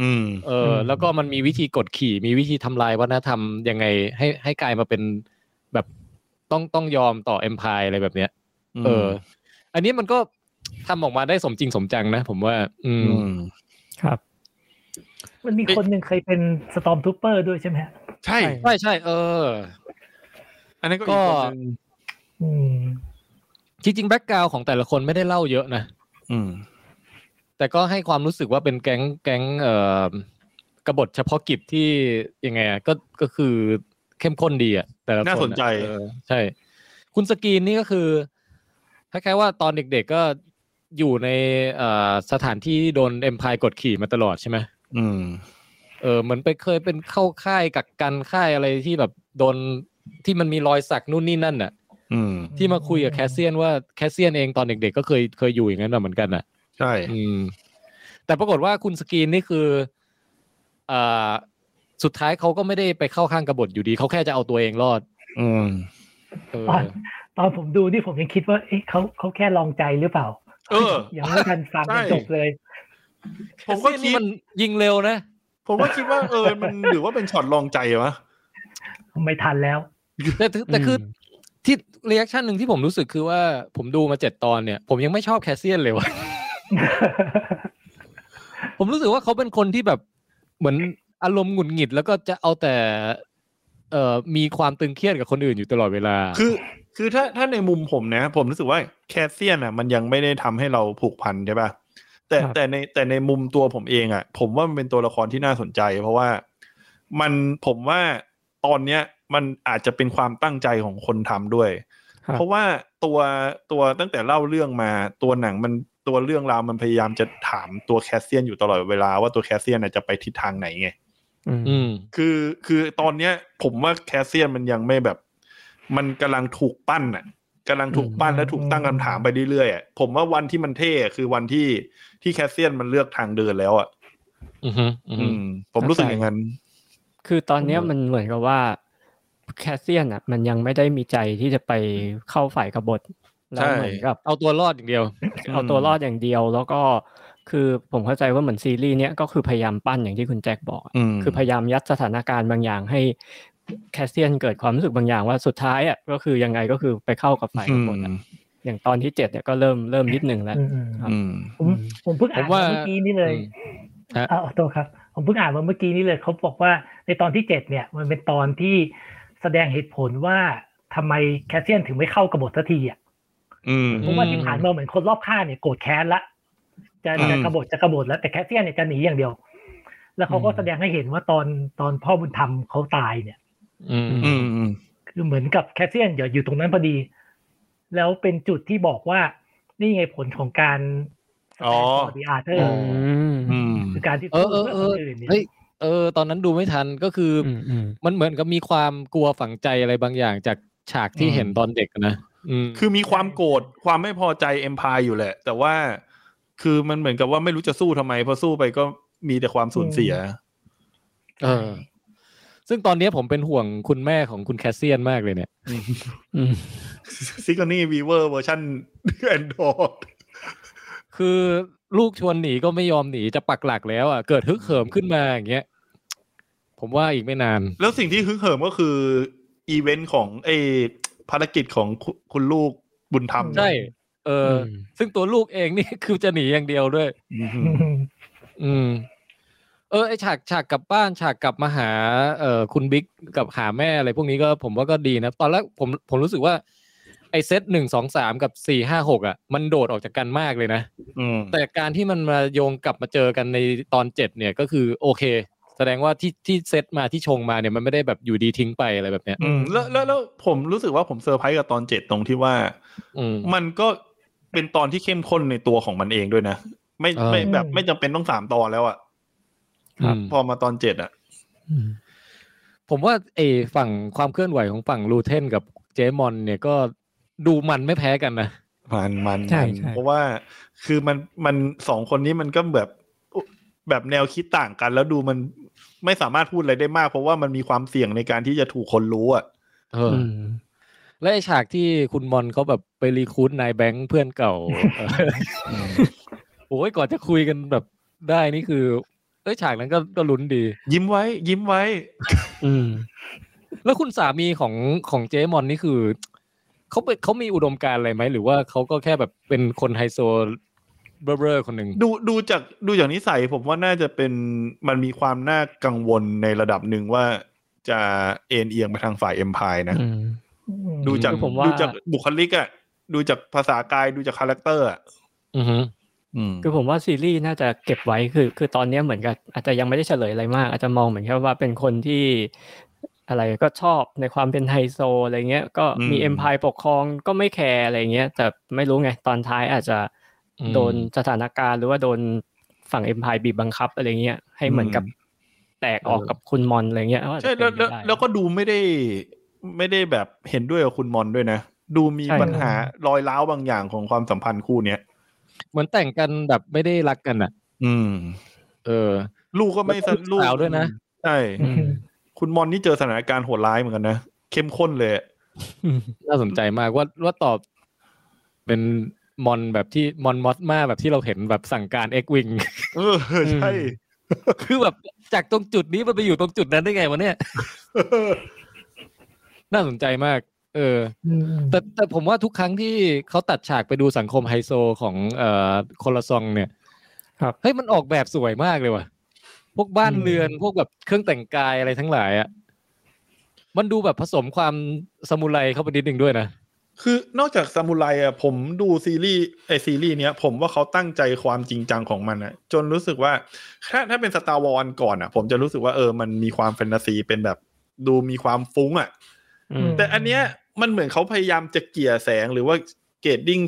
Speaker 2: อืม
Speaker 1: เอออ
Speaker 3: ม
Speaker 1: แล้วก็มันมีวิธีกดขี่มีวิธีทำลายวัฒนธรรมยังไงให้ให้กลายมาเป็นแบบต้องต้องยอมต่อเอ็มพายอะไรแบบเนี้ย เออ อันนี้มันก็ทำออกมาได้สมจริงสมจังนะผมว่า อื
Speaker 2: อื
Speaker 1: ม
Speaker 2: ม
Speaker 3: ครับ
Speaker 4: มันมี
Speaker 2: เอ๊ะ
Speaker 4: คนหนึ่งเคยเป็นสตอมทูเปอร์ด้วยใช่ไหมฮะ
Speaker 2: ใช่
Speaker 1: ใช่ใช่เออ
Speaker 2: อันนั้นก็
Speaker 1: ก็
Speaker 2: อีกคนหนึ่ง
Speaker 4: อืม
Speaker 1: จริงๆแบ็กกราวของแต่ละคนไม่ได้เล่าเยอะนะ
Speaker 2: อืม
Speaker 1: แต่ก็ให้ความรู้สึกว่าเป็นแก๊งแก๊งเอ่อกบฏเฉพาะกิจที่ยังไงอะก็ก็คือเข้มข้นดีอ่ะแต่ละคอะ
Speaker 2: น่าสนใจ
Speaker 1: เออใช่ คุณสกรีนนี่ก็คือคล้ายๆว่าตอนเด็กๆก็อยู่ในเอ่อสถานที่โดนเอ็มพายกดขี่มาตลอดใช่ไหม
Speaker 2: อืม
Speaker 1: เออเหมือนไปเคยเป็นเข้าค่ายกักกันค่ายอะไรที่แบบโดนที่มันมีรอยสักนู่นนี่นั่นน่ะ
Speaker 2: อืม
Speaker 1: ที่มาคุยกับแคสเซียนว่าแคสเซียนเองตอนเด็กๆก็เคยเคยอยู่อย่างนั้นมาเหมือนกันน่ะ
Speaker 2: ใช่
Speaker 1: อืม แต่ปรากฏว่าคุณสกรีนนี่คืออ่าสุดท้ายเขาก็ไม่ได้ไปเข้าข้างกบฏอยู่ดีเขาแค่จะเอาตัวเองรอด
Speaker 2: อืม
Speaker 1: เออ
Speaker 4: ตอนตอนผมดูนี่ผมยังคิดว่า เอ๊ะเขาเขาแค่ลองใจหรือเปล่า
Speaker 2: เออ
Speaker 4: ยังไม่ทันฟัง
Speaker 2: ใช่
Speaker 4: จบเลย
Speaker 2: ผมก็
Speaker 1: เส้น
Speaker 2: คิ
Speaker 1: นี่
Speaker 2: ด
Speaker 1: มันยิงเร็วนะ
Speaker 2: ผมก็คิดว่าเออมันหรือว่าเป็นช็อตลองใจวะ
Speaker 4: ไม่ทันแล้ว
Speaker 1: แต่ถึงแต่คืออ
Speaker 3: ม
Speaker 1: ที่เรีแอคชั่นหนึ่งที่ผมรู้สึกคือว่าผมดูมาเจ็ดตอนเนี่ย ผมยังไม่ชอบแคสเซียนเลยว่ะ ผมรู้สึกว่าเขาเป็นคนที่แบบเหมือนอารมณ์หงุดหงิด แล้วก็จะเอาแต่ เอ่อมีความตึงเครียดกับคนอื่นอยู่ตลอดเวลา
Speaker 2: คือ คือถ้าถ้าในมุมผมนะ ผมรู้สึกว่าแคสเซียนอ่ะ มันยังไม่ได้ทำให้เราผูกพันใช่ป่ะแต่
Speaker 3: ครับ
Speaker 2: แต่ในแต่ในมุมตัวผมเองอ่ะ ผมว่ามันเป็นตัวละครที่น่าสนใจ เพราะว่ามันผมว่าตอนเนี้ยมันอาจจะเป็นความตั้งใจของคนทำด้วย
Speaker 3: ครับ
Speaker 2: เพราะว่าตัวตัวตั้งแต่เล่าเรื่องมาตัวหนังมันตัวเรื่องราวมันพยายามจะถามตัวแคสเซียนอยู่ตลอดเวลาว่าตัวแคสเซียนน่ะจะไปทิศทางไหนไง
Speaker 3: อืม
Speaker 1: อืม
Speaker 2: คือคือตอนเนี้ยผมว่าแคสเซียนมันยังไม่แบบ มันกำลังถูกปั้นอ่ะกำลังถูกปั้นและถูกตั้งคำถามไปเรื่อยๆอ่ะผมว่าวันที่มันเท่อะคือวันที่ที่แคสเซียนมันเลือกทางเดินแล้วอ่ะ
Speaker 1: อือฮึอือ
Speaker 2: อื
Speaker 1: ฮึ
Speaker 2: ม ผมรู้สึกอย่างนั้น
Speaker 3: คือตอนเนี้ย
Speaker 2: เออ
Speaker 3: มันเหมือนกับว่าแคสเซียนอ่ะ มันยังไม่ได้มีใจที่จะไปเข้าฝ่ายกบฏแล้วเหมือนกับ
Speaker 1: เอาตัวรอดอย่างเดียว
Speaker 3: เอาตัวรอดอย่างเดียวแล้วก็คือผมเข้าใจว่าเหมือนซีรีส์เนี้ยก็คือพยายามปั้นอย่างที่คุณแจ็คบอกอะ
Speaker 2: อืม
Speaker 3: คือพยายามยัดสถานการณ์บางอย่างให้แคสเซียนเกิดความรู้สึกบางอย่างว่าสุดท้ายอ่ะก็คือยังไงก็คือไปเข้ากับฝ่ายก
Speaker 2: อื
Speaker 3: บ
Speaker 2: ม
Speaker 3: ฏอะอย่างตอนที่เจ็ดเนี่ยก็เริ่มเริ่มนิดหนึ่งแล้ว
Speaker 4: อืมอืม
Speaker 2: อืม
Speaker 4: ผมผมเพิ่งอ่าน
Speaker 1: ผมว่า
Speaker 4: เมื่อกี้นี่เลย
Speaker 1: อืม ฮะ
Speaker 4: อ่าโทษครับ ผมเพิ่งอ่านมาเมื่อกี้นี้เลยเขาบอกว่าในตอนที่เจ็ดเนี่ย มันเป็นตอนที่แสดงเหตุผลว่าทำไมแคสเซียนถึงไม่เข้ากบฏสักทีอ่ะ
Speaker 2: อืม
Speaker 4: เพราะว่าที่ผ่านมาเหมือนคนรอบข้างเนี่ยโกรธแค้นละจะ
Speaker 2: อืม
Speaker 4: จะกบฏจะกบฏแล้วแต่แคสเซียนเนี่ยจะหนีอย่างเดียว แล้วเขาก็
Speaker 3: อืม
Speaker 4: แสดงให้เห็นว่าตอนตอนพ่อบุญธรรมเขาตายเนี่ย
Speaker 1: อืม
Speaker 2: อืมอืม
Speaker 4: คือเหมือนกับแคสเซียนอยู่อยู่ตรงนั้นพอดี แล้วเป็นจุดที่บอกว่านี่ไงผลของการ
Speaker 2: อ๋อ
Speaker 4: ดีอาร์เธอ
Speaker 1: อื
Speaker 4: ร์
Speaker 2: อืม
Speaker 4: คือการที่
Speaker 1: เออเออเออ
Speaker 4: พื่คนนเนี่ย
Speaker 1: เฮ้ยเออ ตอนนั้นดูไม่ทันก็คืออ
Speaker 3: อืมอืม
Speaker 1: มันเหมือนกับมีความกลัวฝังใจอะไรบางอย่างจากฉากที่
Speaker 2: อืม
Speaker 1: เห็นตอนเด็กนะอืม
Speaker 2: คือมีความโกรธความไม่พอใจเอ็มพายอยู่แหละ แต่ว่าคือมันเหมือนกับว่าไม่รู้จะสู้ทำไมพอสู้ไปก็มีแต่ความสูญเสีย
Speaker 1: เออ ซึ่งตอนนี้ผมเป็นห่วงคุณแม่ของคุณแคสเซียนมากเลยเนี่ย
Speaker 3: อืม
Speaker 2: ซิกนี่วีเวอร์เวอร์ชันแอนดรอย
Speaker 1: คือลูกชวนหนีก็ไม่ยอมหนีจะปักหลักแล้วอ่ะเกิดฮึกเหิมขึ้นมาอย่างเงี้ย ผมว่าอีกไม่นาน
Speaker 2: แล้วสิ่งที่ฮึกเหิมก็คือ อีเวนต์ของเออภารกิจของคุคุณลูกบุญธรรม
Speaker 1: ใช่ เอออ
Speaker 3: ม
Speaker 1: ซึ่งตัวลูกเองนี่ คือจะหนีอย่างเดียวด้วย
Speaker 2: อืม
Speaker 1: อืม เออไอฉากฉากกลับบ้าน ฉากกลับมาหา เอ่อคุณบิ๊กกับหาแม่อะไรพวกนี้ก็ผมว่าก็ดีนะ ตอนแรกผมผมรู้สึกว่า ไอเซตหนึ่งสองสามกับสี่ห้าหกอ่ะ มันโดดออกจากกันมากเลยนะ
Speaker 2: อืม
Speaker 1: แต่การที่มันมาโยงกลับมาเจอกันในตอนเจ็ดเนี่ยก็คือโอเค แสดงว่าที่ที่เซตมาที่ชงมาเนี่ยมันไม่ได้แบบอยู่ดีทิ้งไปอะไรแบบเนี้ย
Speaker 2: อืมแล้วแล้วแล้วผมรู้สึกว่าผมเซอร์ไพรส์กับตอนเจ็ดตรงที่ว่า
Speaker 1: อืม
Speaker 2: มันก็เป็นตอนที่เข้มข้นในตัวของมันเองด้วยนะ ไม่
Speaker 1: เออ
Speaker 2: ไม่แบบไม่จำเป็นต้องสามตอนแล้วอะ
Speaker 1: อืม
Speaker 2: พอมาตอนเจ็ดอะ
Speaker 3: อืม
Speaker 1: ผมว่าเอฝั่งความเคลื่อนไหวของฝั่งลูเทนกับเจมอนเนี่ยก็ดูมันไม่แพ้กันนะ
Speaker 2: มันมัน
Speaker 3: ใช่
Speaker 2: มัน
Speaker 3: ใช่
Speaker 2: เพราะว่าคือมันมันสองคนนี้มันก็แบบแบบแนวคิดต่างกัน แล้วดูมันไม่สามารถพูดอะไรได้มาก เพราะว่ามันมีความเสี่ยงในการที่จะถูกคนรู้อะ
Speaker 1: เออ
Speaker 3: อื
Speaker 1: อ
Speaker 3: ม
Speaker 1: และไอฉากที่คุณมอนเขาแบบไปรีครูดนายแบงค์เพื่อนเก่า เออโอ้ยก่อนจะคุยกันแบบได้นี่คือ เอ้ยฉากนั้นก็ก็ลุ้นดี
Speaker 2: ยิ้มไว้ ยิ้มไว้
Speaker 3: อืม
Speaker 1: แล้วคุณสามีของของเจมอนนี่คือเขาเป็นเขามีอุดมการณ์อะไรไหม หรือว่าเขาก็แค่แบบเป็นคนไฮโซเบอร์ๆคนหนึ่ง
Speaker 2: ดูดูจากดูจากนิสัยผมว่าน่าจะเป็นมันมีความน่ากังวลในระดับหนึ่งว่าจะเอ็นเอียงไปทางฝ่ายเอ็มพายนะ
Speaker 3: อืม
Speaker 2: ดูจาก
Speaker 3: คือผมว่า
Speaker 2: ดูจากบุคลิกอะดูจากภาษากายดูจากคาแรคเตอร์อะ
Speaker 1: อือฮึ
Speaker 2: อืม
Speaker 3: คือผมว่าซีรีส์น่าจะเก็บไว้คือคือตอนเนี้ยเหมือนกับอาจจะยังไม่ได้เฉลยอะไรมาก อาจจะมองเหมือนแค่ว่าเป็นคนที่อะไรก็ชอบในความเป็นไฮโซอะไรเงี้ยก็มีเอ็มพายปกครองก็ไม่แคร์อะไรเงี้ยแต่ไม่รู้ไงตอนท้ายอาจจะโดนสถานการณ์หรือว่าโดนฝั่งเอ็มพายบีบบังคับอะไรเงี้ยให้เหมือนกับแตกออกกับคุณมอนอะไรเงี้ยก็อาจ
Speaker 2: ใช่
Speaker 3: จะเป็
Speaker 2: แล้ว
Speaker 3: น
Speaker 2: แล้ว
Speaker 3: ไปได้
Speaker 2: แล้วก็ดูไม่ได้ไม่ได้แบบเห็นด้วยกับคุณมอนด้วยนะ ดูมี
Speaker 3: ใช่
Speaker 2: ปัญหารอยร้าวบางอย่างของความสัมพันธ์คู่เนี้ย
Speaker 1: เหมือนแต่งกันแบบไม่ได้รักกันอ่ะ
Speaker 2: อืม
Speaker 1: เออ
Speaker 2: ลูกก็ไม่
Speaker 1: แล้วก็ลูกสาวด้วยนะ
Speaker 2: ใช่
Speaker 3: อืม
Speaker 2: คุณมอนนี่เจอสถานการณ์โหดร้ายเหมือนกันนะเข้มข้นเลยอะ
Speaker 3: อืม
Speaker 1: น่าสนใจมากว่าว่าตอบเป็นมอนแบบที่มอนมอสมาแบบที่เราเห็นแบบสั่งการเอ็กวิง
Speaker 2: เออใช่
Speaker 1: คือแบบจากตรงจุดนี้มันไปอยู่ตรงจุดนั้นได้ไงวะเนี่ย น่าสนใจมาก เออ แต่แต่ผมว่าทุกครั้งที่เขาตัดฉากไปดูสังคมไฮโซของเอ่อโคนละซองเนี่ย
Speaker 3: ครับ
Speaker 1: เฮ้ยมันออกแบบสวยมากเลยว่ะ พวกบ้านเรือนพวกแบบเครื่องแต่งกายอะไรทั้งหลายอะ่ะมันดูแบบผสมความซามูไรเข้าไปนิดนึงด้วยนะ
Speaker 2: คือนอกจากซามูไรอ่ะผมดูซีรีส์ไอซีรีส์เนี้ยผมว่าเขาตั้งใจความจริงจังของมันอ่ะ จนรู้สึกว่า ถ้าถ้าเป็นสตาร์วอลก่อนอ่ะ ผมจะรู้สึกว่าเออมันมีความแฟนตาซีเป็นแบบดูมีความฟุ้งอ่ะ
Speaker 3: อืม
Speaker 2: แต่อันเนี้ยมันเหมือนเขาพยายามจะเกลี่ยแสงหรือว่าเกรดดิ้ง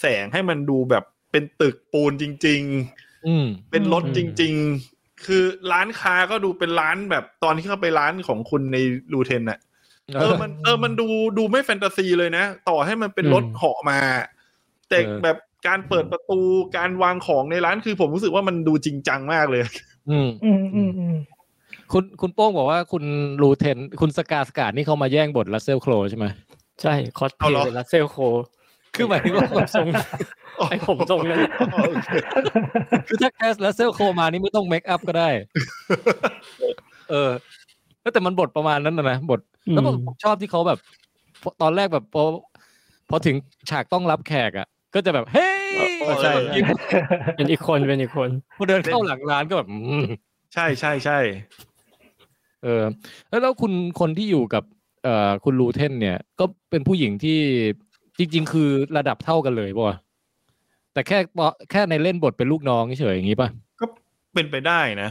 Speaker 2: แสงให้มันดูแบบเป็นตึกปูนจริง ๆ
Speaker 1: อืม
Speaker 2: เป็นรถจริง ๆ คือร้านค้าก็ดูเป็นร้านแบบตอนที่เข้าไปร้านของคุณในรูเทนน่ะ เออ มัน เออ มันดูดูไม่แฟนตาซีเลยนะ ต่อให้มันเป็นรถเหาะมา แต่
Speaker 1: เออ
Speaker 2: แบบการเปิดประตู การวางของในร้านคือผมรู้สึกว่ามันดูจริงจังมากเลย
Speaker 1: อืม
Speaker 4: อืมอืมอืม
Speaker 1: คุณคุณโป้งบอกว่าคุณรูเทน คุณสกาสกาดนี่เขามาแย่งบทลัสเซลโครใช่ไหม
Speaker 3: ใช่คอสเพ
Speaker 2: เอา
Speaker 3: ล
Speaker 2: เหรอ
Speaker 3: ย์ลัสเซลโค
Speaker 1: คือหมายถึงว่า
Speaker 3: ผมทรง ไอ้ผมทรงนั้น
Speaker 2: โอเค
Speaker 1: คือถ้าแคสลัสเซลโครมานี่ไม่ต้องเมคอัพก็ ได้ เออแล้วแต่มันบทประมาณนั้นนะนะบท แล้วผมผมชอบที่เขาแบบ ตอนแรกแบบพอพอถึงฉากต้องรับแขกอ่ะ ก็จะแบบ เฮ้ย
Speaker 3: ใช่
Speaker 1: ยิ้ม
Speaker 3: เป็นอีกคนเป็นอีกคน
Speaker 1: พอเดินเข้าหลังร้านก็แบบอืม
Speaker 2: ใช่ใช่ใช่
Speaker 1: เออ แล้วแล้วคุณคนที่อยู่กับ เอ่อคุณลูเทนเนี่ย ก็เป็นผู้หญิงที่จริง ๆ คือระดับเท่ากันเลยป่ะวะแต่แค่ปอแค่ในเล่นบทเป็นลูกน้องเฉยๆอย่างนี้ป่ะ
Speaker 2: เป็นไปได้นะ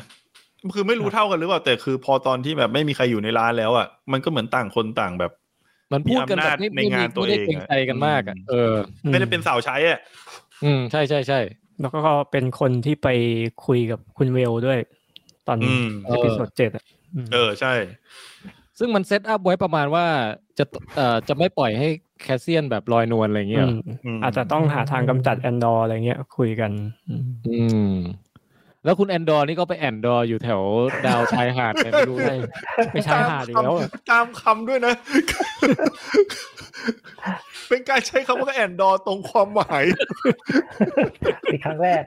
Speaker 2: คือไม่รู้เท่ากันหรือเปล่าแต่คือพอตอนที่แบบไม่มีใครอยู่ในร้านแล้วอ่ะมันก็เหมือนต่างคนต่างแบบ
Speaker 1: มันพูดกันแบบไม่
Speaker 2: มี
Speaker 1: ไม่
Speaker 2: อำ
Speaker 1: มี
Speaker 2: นาจในงานตัว
Speaker 1: ไม่ได้
Speaker 2: เอง
Speaker 1: เกรง
Speaker 2: อะ
Speaker 1: ใจกันมากอ่ะเออ
Speaker 2: ไม่ได้เป็นสาวใช้อ่ะ
Speaker 1: อืมใช่ใช่ใช่
Speaker 3: แล้วก็เป็นคนที่ไปคุยกับคุณเวลด้วย ตอน
Speaker 2: อืม
Speaker 3: เอพิโซดเจ็ดอ่ะ
Speaker 2: เออใช่
Speaker 1: ซึ่งมันเซตอัพไว้ประมาณว่าจะเอ่อจะไม่ปล่อยให้แคสเซียนแบบลอยนวลอะไรอย่างเงี้ยหรอ
Speaker 3: ม
Speaker 2: อืม
Speaker 3: อาจจะต้องหาทางกำจัดแอนดอร์อะไรเงี้ย คุยกันอืม
Speaker 1: อืม แล้วคุณแอนดอร์นี่ก็ไปแอนดอร์อยู่แถวดาวชายหาดไหนไม่รู้
Speaker 3: ใช่
Speaker 1: เลย
Speaker 3: ไม่ใช่หาดอีกแล้วอะ
Speaker 2: ตามคำด้วยนะ เป็นการใช้คำว่าแอนดอร์ตรงความหมาย
Speaker 4: เป็นครั้งแรก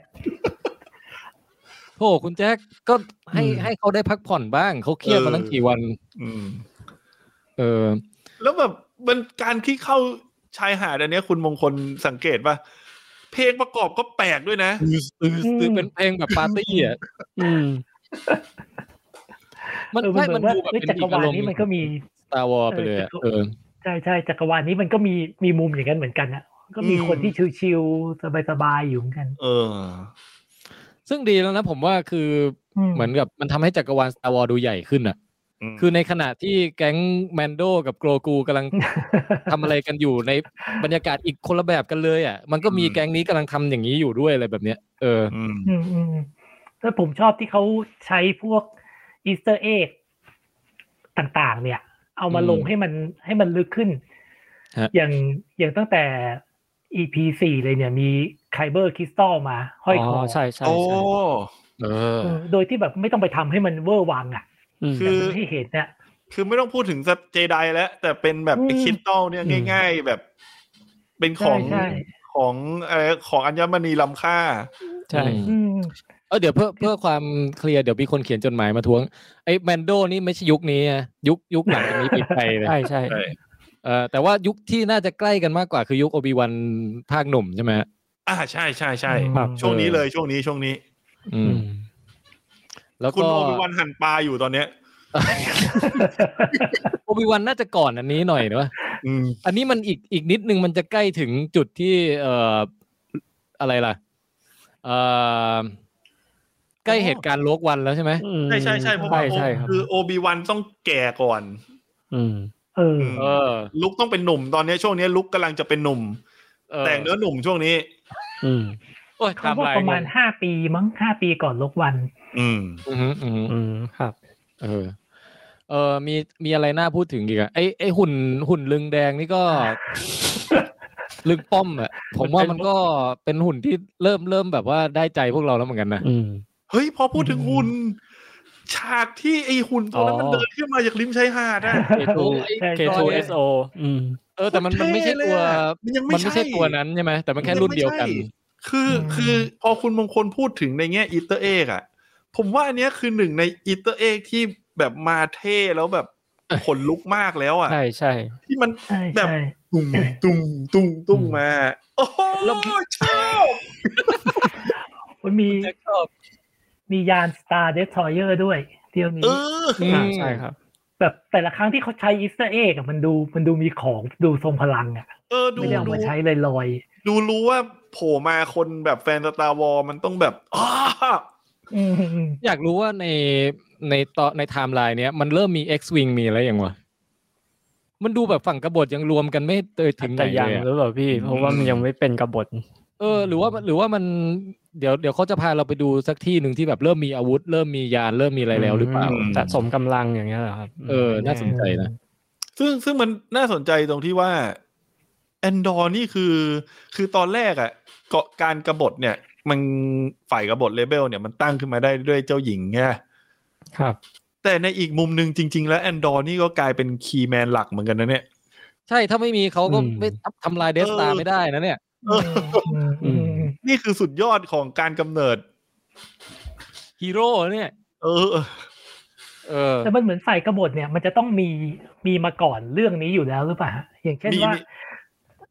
Speaker 1: โธ่คุณแจ็คก็ให้ให้เขาได้พักผ่อนบ้าง เขาเครียดมาตั้งกี่วัน เออ
Speaker 2: แล้วแบบมันการที่เข้าชายหาดอันเนี้ยคุณมงคลสังเกตป่ะ เพลงประกอบก็แปลกด้วยนะ
Speaker 1: คือคือเป็นเพลงแบบปาร์ตี้อ่ะ
Speaker 3: อืม
Speaker 1: มัน
Speaker 4: เออ
Speaker 1: ไม่
Speaker 4: เหมื
Speaker 1: มั
Speaker 4: อน นว่า
Speaker 1: ดูแบบ
Speaker 4: เอ้ย
Speaker 1: เป็น
Speaker 4: จั
Speaker 1: อี
Speaker 4: กร
Speaker 1: ก
Speaker 4: วา
Speaker 1: อา
Speaker 4: ล
Speaker 1: รมณ์
Speaker 4: นี้มันก็มี
Speaker 1: ตาวอไปเลยอะเออ
Speaker 4: ใช่ใช่จักรวาลนี้มันก็มีมีมุมอย่างนั้นเหมือนกันนะก็มี
Speaker 2: อืม
Speaker 4: คนที่ชิวๆสบายๆอยู่เหมือนกัน
Speaker 2: เออ
Speaker 1: ซึ่งดีแล้วนะผมว่าคือเหมือนกับมันทำให้จักรวาลตาวอดูใหญ่ขึ้นอ่ะ
Speaker 2: คื
Speaker 1: คือ อในขณะที่แก๊งแมนโดกับโกรกูกำลัง ทำอะไรกันอยู่ในบรรยากาศอีกคนละแบบกันเลยอ่ะ มันก็มีแก๊งนี้กำลังทำอย่างนี้อยู่ด้วยอะไรแบบเนี้ย เออ
Speaker 2: อืม
Speaker 4: อืมอืมแล้วผมชอบที่เขาใช้พวกอีสเตอร์เอ็กต่างๆ เนี่ย เอามา
Speaker 1: อืม
Speaker 4: ลงให้มันให้มันลึกขึ้น
Speaker 1: ฮะ
Speaker 4: อย่างอย่างตั้งแต่ EP สี่เลยเนี่ยมีไคเบอร์คริสตัลมาห้อยคอ
Speaker 3: ใช่ใช่
Speaker 2: โอ้
Speaker 3: ใช่
Speaker 1: เออ
Speaker 4: เออโดยที่แบบไม่ต้องไปทำให้มันเวอร์วังอ่ะ
Speaker 3: อืม
Speaker 2: คื
Speaker 4: แต่
Speaker 2: อ
Speaker 4: มันให้เห็นเนี่ย
Speaker 2: คือไม่ต้องพูดถึงเจไดแล้ว แต่เป็นแบบ
Speaker 4: อืม
Speaker 2: คริสตัลเนี่ยง่าย ๆ แบบ เป็นข
Speaker 4: ใช่
Speaker 2: อง
Speaker 4: ใช่
Speaker 2: ของอะไรของอัญมณีล้ำค่า
Speaker 3: ใช่
Speaker 4: อืม
Speaker 1: เออเดี๋ยวเพื่อเพื่อความเคลียร์เดี๋ยวมีคนเขียนจดหมายมาทวงไอ้แมนโดนี่ไม่ใช่ยุคนี้อะยุคยุคหลังจากนี้ปิดไปเลย
Speaker 3: ใช่ใช่
Speaker 2: ใช่
Speaker 1: เออแต่ว่ายุคที่น่าจะใกล้กันมากกว่าคือยุคโอบิวันภาคหนุ่มใช่ไหมฮะ
Speaker 2: อ่าใช่ใช่ใช่
Speaker 4: อืม
Speaker 3: ครับ
Speaker 2: ช่วงนี้เลยช่วงนี้ช่วงนี้
Speaker 1: อื
Speaker 3: อื
Speaker 1: ม
Speaker 3: ม
Speaker 1: แล้ว
Speaker 2: คุณ
Speaker 1: ก็
Speaker 2: โอบิวันหั่นปลาอยู่ตอนเนี้ย
Speaker 1: โอบิวันน่าจะก่อนอันนี้หน่อยเนอะ
Speaker 2: อืม
Speaker 1: อันนี้มันอีกอีกนิดนึงมันจะใกล้ถึงจุดที่เอ่ออะไรล่ะเอ่อใกล้เหตุการณ์โลกวันแล้วใช่ไหม
Speaker 3: อืม
Speaker 2: ใช่ใช่ใช่เพราะว่า
Speaker 3: ใช่ใช่ครับ
Speaker 2: คือโอบิวันต้องแก่ก่อน
Speaker 3: อืม
Speaker 4: เออ
Speaker 1: เออ
Speaker 2: ลุกต้องเป็นหนุ่มตอนเนี้ยช่วงเนี้ยลุกกำลังจะเป็นหนุ่ม
Speaker 1: เออ
Speaker 2: แต่งเนื้อหนุ่มช่วงนี้
Speaker 3: อืม
Speaker 1: โอ้ย
Speaker 4: เขา
Speaker 1: ทำ
Speaker 4: ว่า
Speaker 1: ลาย
Speaker 4: ประมาณ
Speaker 1: งง
Speaker 4: ห้าปีมั้งห้าปีก่อนลกวัน
Speaker 2: อืม
Speaker 1: อือหืออือหือ
Speaker 3: อืมครับ
Speaker 1: เออ เออมีมีอะไรน่าพูดถึงอีกอะไอไอหุ่นหุ่นลึงแดงนี่ก็ ลึงป้อมอะผมว่ามันก็เป็นหุ่นที่เริ่มเริ่มแบบว่าได้ใจพวกเราแล้วเหมือนกันนะ
Speaker 3: อืม
Speaker 2: เฮ้ยพอพูดถึงหุ่น ฉากที่ไอหุ่นตัวนั้น
Speaker 3: อ๋อ
Speaker 2: มันเดินขึ้นมาจากริมชายหาดอะ
Speaker 3: K2
Speaker 1: ไอ้
Speaker 3: K2SO อืม
Speaker 1: เออแต่มัน
Speaker 2: โคตร
Speaker 1: มันไม่ใช่
Speaker 2: เท่เล
Speaker 1: ตั
Speaker 2: ยว อะมันยังไม่
Speaker 1: มันไม่ใช่
Speaker 2: ใช่
Speaker 1: ตัวนั้นใช่ไหมแต่มันแค่รุ่นเดียวกัน
Speaker 2: ไม่ใช่คืออ
Speaker 4: ม
Speaker 2: คือพอคุณมงคลพูดถึงในแง่อีเตอร์เอกอะผมว่าอันเนี้ยคือหนึ่งในอีเตอร์เอกที่แบบมาเท่แล้วแบบขนลุกมากแล้วอะ
Speaker 3: ใช่ใช่
Speaker 2: ที่มัน
Speaker 4: ใช่
Speaker 2: แบบ
Speaker 4: ใช่
Speaker 2: ตุ้มตุ้มตุ้มตุ้มมา โอ้โห
Speaker 1: แล้ว
Speaker 2: ชอบ
Speaker 4: มันมีมียาน Star Destroyer ด้วยเที่ยวนี้
Speaker 2: เออ
Speaker 1: ม
Speaker 3: อ่าใช่ครับ
Speaker 4: แบบแต่ละครั้งที่เขาใช้อีสเตอร์เอกมันดูมันดูมีของดูทรงพลังอ่ะ
Speaker 2: เออดู
Speaker 4: ไม่ได้เอา
Speaker 2: ดู
Speaker 4: มาใช้เลยลอย
Speaker 2: ดูรู้ว่าโผล่มาคนแบบแฟนสตาร์วอลมันต้องแบบอ้า
Speaker 4: ๆอืม
Speaker 1: อยากรู้ว่าในในตอนในไทม์ไลน์เนี้ยมันเริ่มมี X-Wing มีอะไรอย่างวะมันดูแบบฝั่งกบฏยังรวมกันไม่เตยถึงไหน
Speaker 3: แต่
Speaker 1: เล
Speaker 3: ยัง
Speaker 1: ยอะ
Speaker 3: หรือเปล่าพี่ เพราะว่ามันยังไม่เป็นกบฏ
Speaker 1: เออหรือว่าหรือว่ามันเดี๋ยวเดี๋ยวเขาจะพาเราไปดูสักที่หนึ่งที่แบบเริ่มมีอาวุธ เริ่มมียานเริ่มมีอะไรแล้วหรือเปล่า
Speaker 3: มสะสมกำลังอย่างเงี้ยเหรอครับ
Speaker 1: เออน่าสนใจนะ
Speaker 2: ซึ่งซึ่งมันน่าสนใจตรงที่ว่าแอนดอร์นี่คือ คือตอนแรกอะเกาะการกบฏเนี่ย มันฝ่ายกบฏเลเบลเนี่ยมันตั้งขึ้นมาได้ด้วยเจ้าหญิงไง
Speaker 3: ครับ
Speaker 2: แต่ในอีกมุมหนึ่งจริง ๆ แล้วแอนดอร์นี่ก็กลายเป็นคีย์แมนหลักเหมือนกันนะเนี่ย
Speaker 1: ใช่ถ้าไม่มีเขาก็
Speaker 3: อืม
Speaker 1: ไม่ทำลายเดสตา
Speaker 2: เออ
Speaker 1: ไม่ได้นะเนี่ย
Speaker 2: เออ
Speaker 4: ๆอืม
Speaker 2: นี่คือสุดยอดของการกำเนิด
Speaker 1: ฮีโร่เนี่ย
Speaker 2: เออ
Speaker 1: เออ
Speaker 4: แต่มันเหมือนใส่กบฏเนี่ย มันจะต้องมีมีมาก่อนเรื่องนี้อยู่แล้วหรือเปล่าฮะอย่างเช่น
Speaker 2: มี
Speaker 4: ว่า
Speaker 2: มี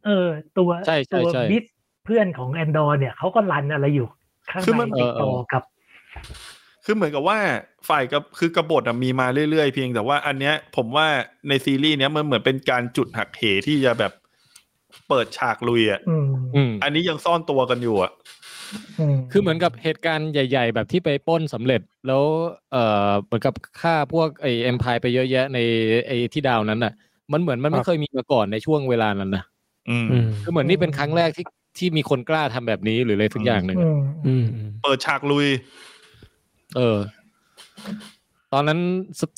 Speaker 4: เออ ตัว
Speaker 1: ใช่ใช่
Speaker 4: ตัว
Speaker 1: ใช่
Speaker 4: บิสเพื่อนของแอนดอร์เนี่ยเขาก็รันอะไรอยู่ ข้าง
Speaker 2: คือ
Speaker 4: ใน
Speaker 2: มัน
Speaker 4: ติดต่อ
Speaker 1: เออเออ
Speaker 4: กับ
Speaker 2: คือเหมือนกับว่าฝ่ายกับคือกบฏอะมีมาเรื่อยๆเพียงแต่ว่าอันเนี้ย ผมว่าในซีรีส์เนี้ยมันเหมือนเป็นการจุดหักเหที่จะแบบเปิดฉากลุยอ่ะ
Speaker 4: อืม
Speaker 1: อืม
Speaker 2: อันนี้ยังซ่อนตัวกันอยู่อ่ะ
Speaker 1: คือเหมือนกับเหตุการณ์ใหญ่ ๆ แบบที่ไปปล้นสำเร็จแล้วเออเหมือนกับฆ่าพวกไอเอ็มพายไปเยอะแยะในไอที่ดาวนั้นน่ะ มันเหมือนมันไม่เคยมีมาก่อนในช่วงเวลานั้นนะ
Speaker 2: อืม
Speaker 3: อืม
Speaker 1: คือเหมือนนี่เป็นครั้งแรกที่ที่มีคนกล้าทำแบบนี้หรืออะไรสักอย่างหนึ่ง
Speaker 4: อืม
Speaker 3: อืม
Speaker 2: เปิดฉากลุย
Speaker 1: เออ ตอนนั้น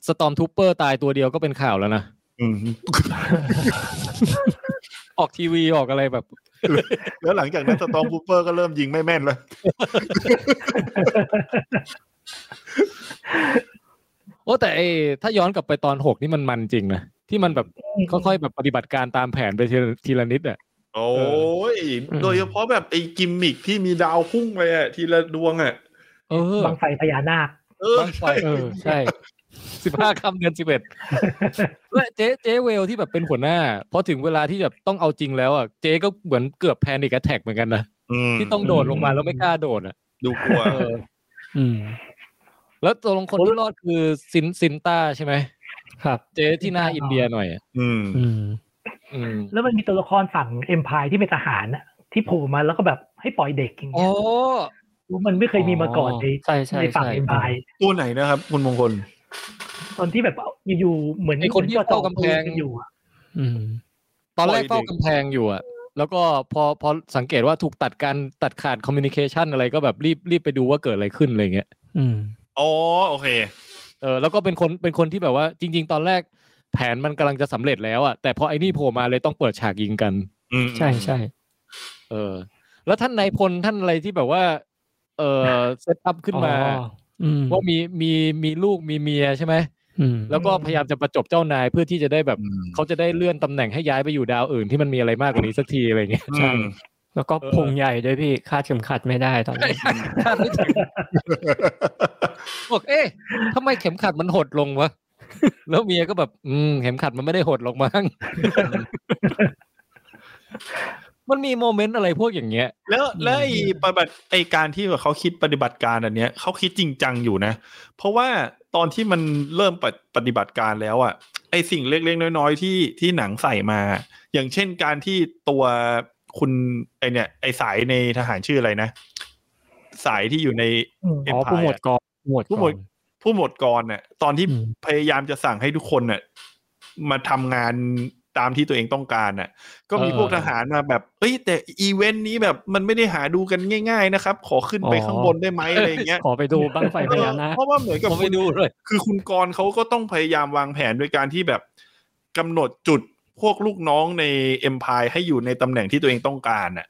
Speaker 1: สตอมทูเปอร์ตายตัวเดียวก็เป็นข่าวแล้วนะ
Speaker 2: อืม
Speaker 1: ออกทีวีออกอะไรแบบ
Speaker 2: แล้วหลังจากนั้นสตองบูเปอร์ก็เริ่มยิงไม่แม่นแล้ว
Speaker 1: โอ้แต่ไอถ้าย้อนกลับไปตอนหกนี่มันมันจริงนะที่มันแบบค่อยๆแบบปฏิบัติการตามแผนไปทีละทีละนิดอ่ะ
Speaker 2: โอ้ย โดยเฉพาะแบบไอ้กิมมิกที่มีดาวพุ่งไปอ่ะ ทีละดวงอ่ะ
Speaker 1: เออ
Speaker 4: บังไฟพญานาค
Speaker 2: เออ
Speaker 1: บั้งไฟ
Speaker 3: เออใช่
Speaker 1: สิบห้าคำเดือนสิบเอ็ดและเจ๊เจ๊เวลที่แบบเป็นหัวหน้าพอถึงเวลาที่แบบต้องเอาจริงแล้วอ่ะเจ๊ก็เหมือนเกือบแพนิกแอทแทกเหมือนกันนะ
Speaker 2: อืม
Speaker 1: ที่ต้องโดดลงมาแล้วไม่กล้าโดดอ่ะ
Speaker 2: ดูกลัว
Speaker 1: เออ
Speaker 3: อืม
Speaker 1: แล้วตัวลงคนที่รอดคือซินซินต้าใช่ไหม
Speaker 3: ครับ
Speaker 1: เจ๊ที่หน้าอินเดียหน่อยอะ
Speaker 2: อืม
Speaker 3: อืม
Speaker 1: อืม
Speaker 4: แล้วมันมีตัวละครฝั่งเอ็มพายที่เป็นทหารน่ะที่โผล่มาแล้วก็แบบให้ปล่อยเด็กอย่าง
Speaker 1: อ๋
Speaker 4: เงี้
Speaker 1: อย
Speaker 4: มันไม่เคยมีมาก่อนใน
Speaker 3: ใช่ใช่
Speaker 4: ในฝั่ง
Speaker 3: ใช่
Speaker 4: เอ็มพาย
Speaker 2: ตัวไหนนะครับ คุณมงคล
Speaker 4: ตอนที่แบบเอาอยู่ๆเหมือน
Speaker 1: ไอคนที่เฝ้ากำแพง
Speaker 4: กันอยู่อะ
Speaker 3: อืม
Speaker 1: ตอนแรก
Speaker 2: ปล่
Speaker 1: เฝ้า
Speaker 2: อยเด็ก
Speaker 1: กำแพงอยู่อ่ะ แล้วก็พอพอสังเกตว่าถูกตัดการตัดขาดคอมมิวนิเคชันอะไรก็แบบรีบรีบไปดูว่าเกิดอะไรขึ้นอะไรเงี้ย
Speaker 3: อืม
Speaker 2: อ๋อ โอเค
Speaker 1: เออแล้วก็เป็นคนเป็นคนที่แบบว่า จริง ๆ ตอนแรกแผนมันกำลังจะสำเร็จแล้วอะแต่พอไอ้นี่โผล่มาเลยต้องเปิดฉากยิงกัน
Speaker 2: อืม
Speaker 3: ใช่ใช่
Speaker 1: เออ แล้วท่านนายพลท่านอะไรที่แบบว่า เออเซตอัพขึ้นมา
Speaker 3: อ๋ออืม
Speaker 1: ว่ามีมีมีลูกมีเมียใช่ไหม
Speaker 3: อืม
Speaker 1: แล้วก็พยายามจะประจบเจ้านายเพื่อที่จะได้แบบ
Speaker 2: อืม
Speaker 1: เขาจะได้เลื่อนตำแหน่งให้ย้ายไปอยู่ดาวอื่นที่มันมีอะไรมากกว่านี้สักทีอะไรเงี้ย
Speaker 2: อืม
Speaker 3: แล้วก็พุงใหญ่ด้วยพี่คาดเข็มขัดไม่ได้ตอนนี้น
Speaker 1: คาดไม่ถึงบอกเอ๊ะทำไมเข็มขัดมันหดลงวะแล้วเมียก็แบบ อืมเข็มขัดมันไม่ได้หดลงมั้ง มันมีโมเมนต์อะไรพวกอย่างเงี้ย
Speaker 2: แล้วแล้วไอ้ปฏิบัติไอ้การที่แบบเขาคิดปฏิบัติการอันเนี้ยเขาคิดจริงจังอยู่นะ เพราะว่าตอนที่มันเริ่มปฏิปฏิบัติการแล้วอ่ะไอ้สิ่งเล็กๆน้อยๆที่ที่หนังใส่มา อย่างเช่นการที่ตัวคุณไอเนี่ย ไอสายในทหารชื่ออะไรนะ สายที่อยู่ใน
Speaker 4: อืม
Speaker 2: เอ็ม
Speaker 3: อ๋อ
Speaker 2: พายอะ
Speaker 3: ผู้หมวดกองผู้หมวดก
Speaker 2: ผู้
Speaker 3: อง
Speaker 2: หมวดผู้หมวดกรเนี่ยตอนที่
Speaker 3: อืม
Speaker 2: พยายามจะสั่งให้ทุกคนน่ะมาทำงานตามที่ตัวเองต้องการน่ะ ก็มี
Speaker 1: เออ
Speaker 2: พวกทหารมาแบบเอ้ยแต่อีเวนต์นี้แบบมันไม่ได้หาดูกันง่าย ๆนะครับ ขอขึ้นไป
Speaker 3: อ๋อ
Speaker 2: ข้างบนได้ไหมอะไรอย่างเงี้ย
Speaker 3: ขอไปดูบ้างไฟพญานา
Speaker 2: เอ
Speaker 3: ค
Speaker 2: อเพราะว่าเหมือนกับ
Speaker 1: ผม
Speaker 2: คุ
Speaker 1: ไม่
Speaker 2: ณ
Speaker 1: ดูเลย
Speaker 2: คือคุณกรณ์เขาก็ต้องพยายามวางแผนโดยการที่แบบกำหนดจุดพวกลูกน้องในเอ็มพายให้อยู่ในตำแหน่งที่ตัวเองต้องการน่ะ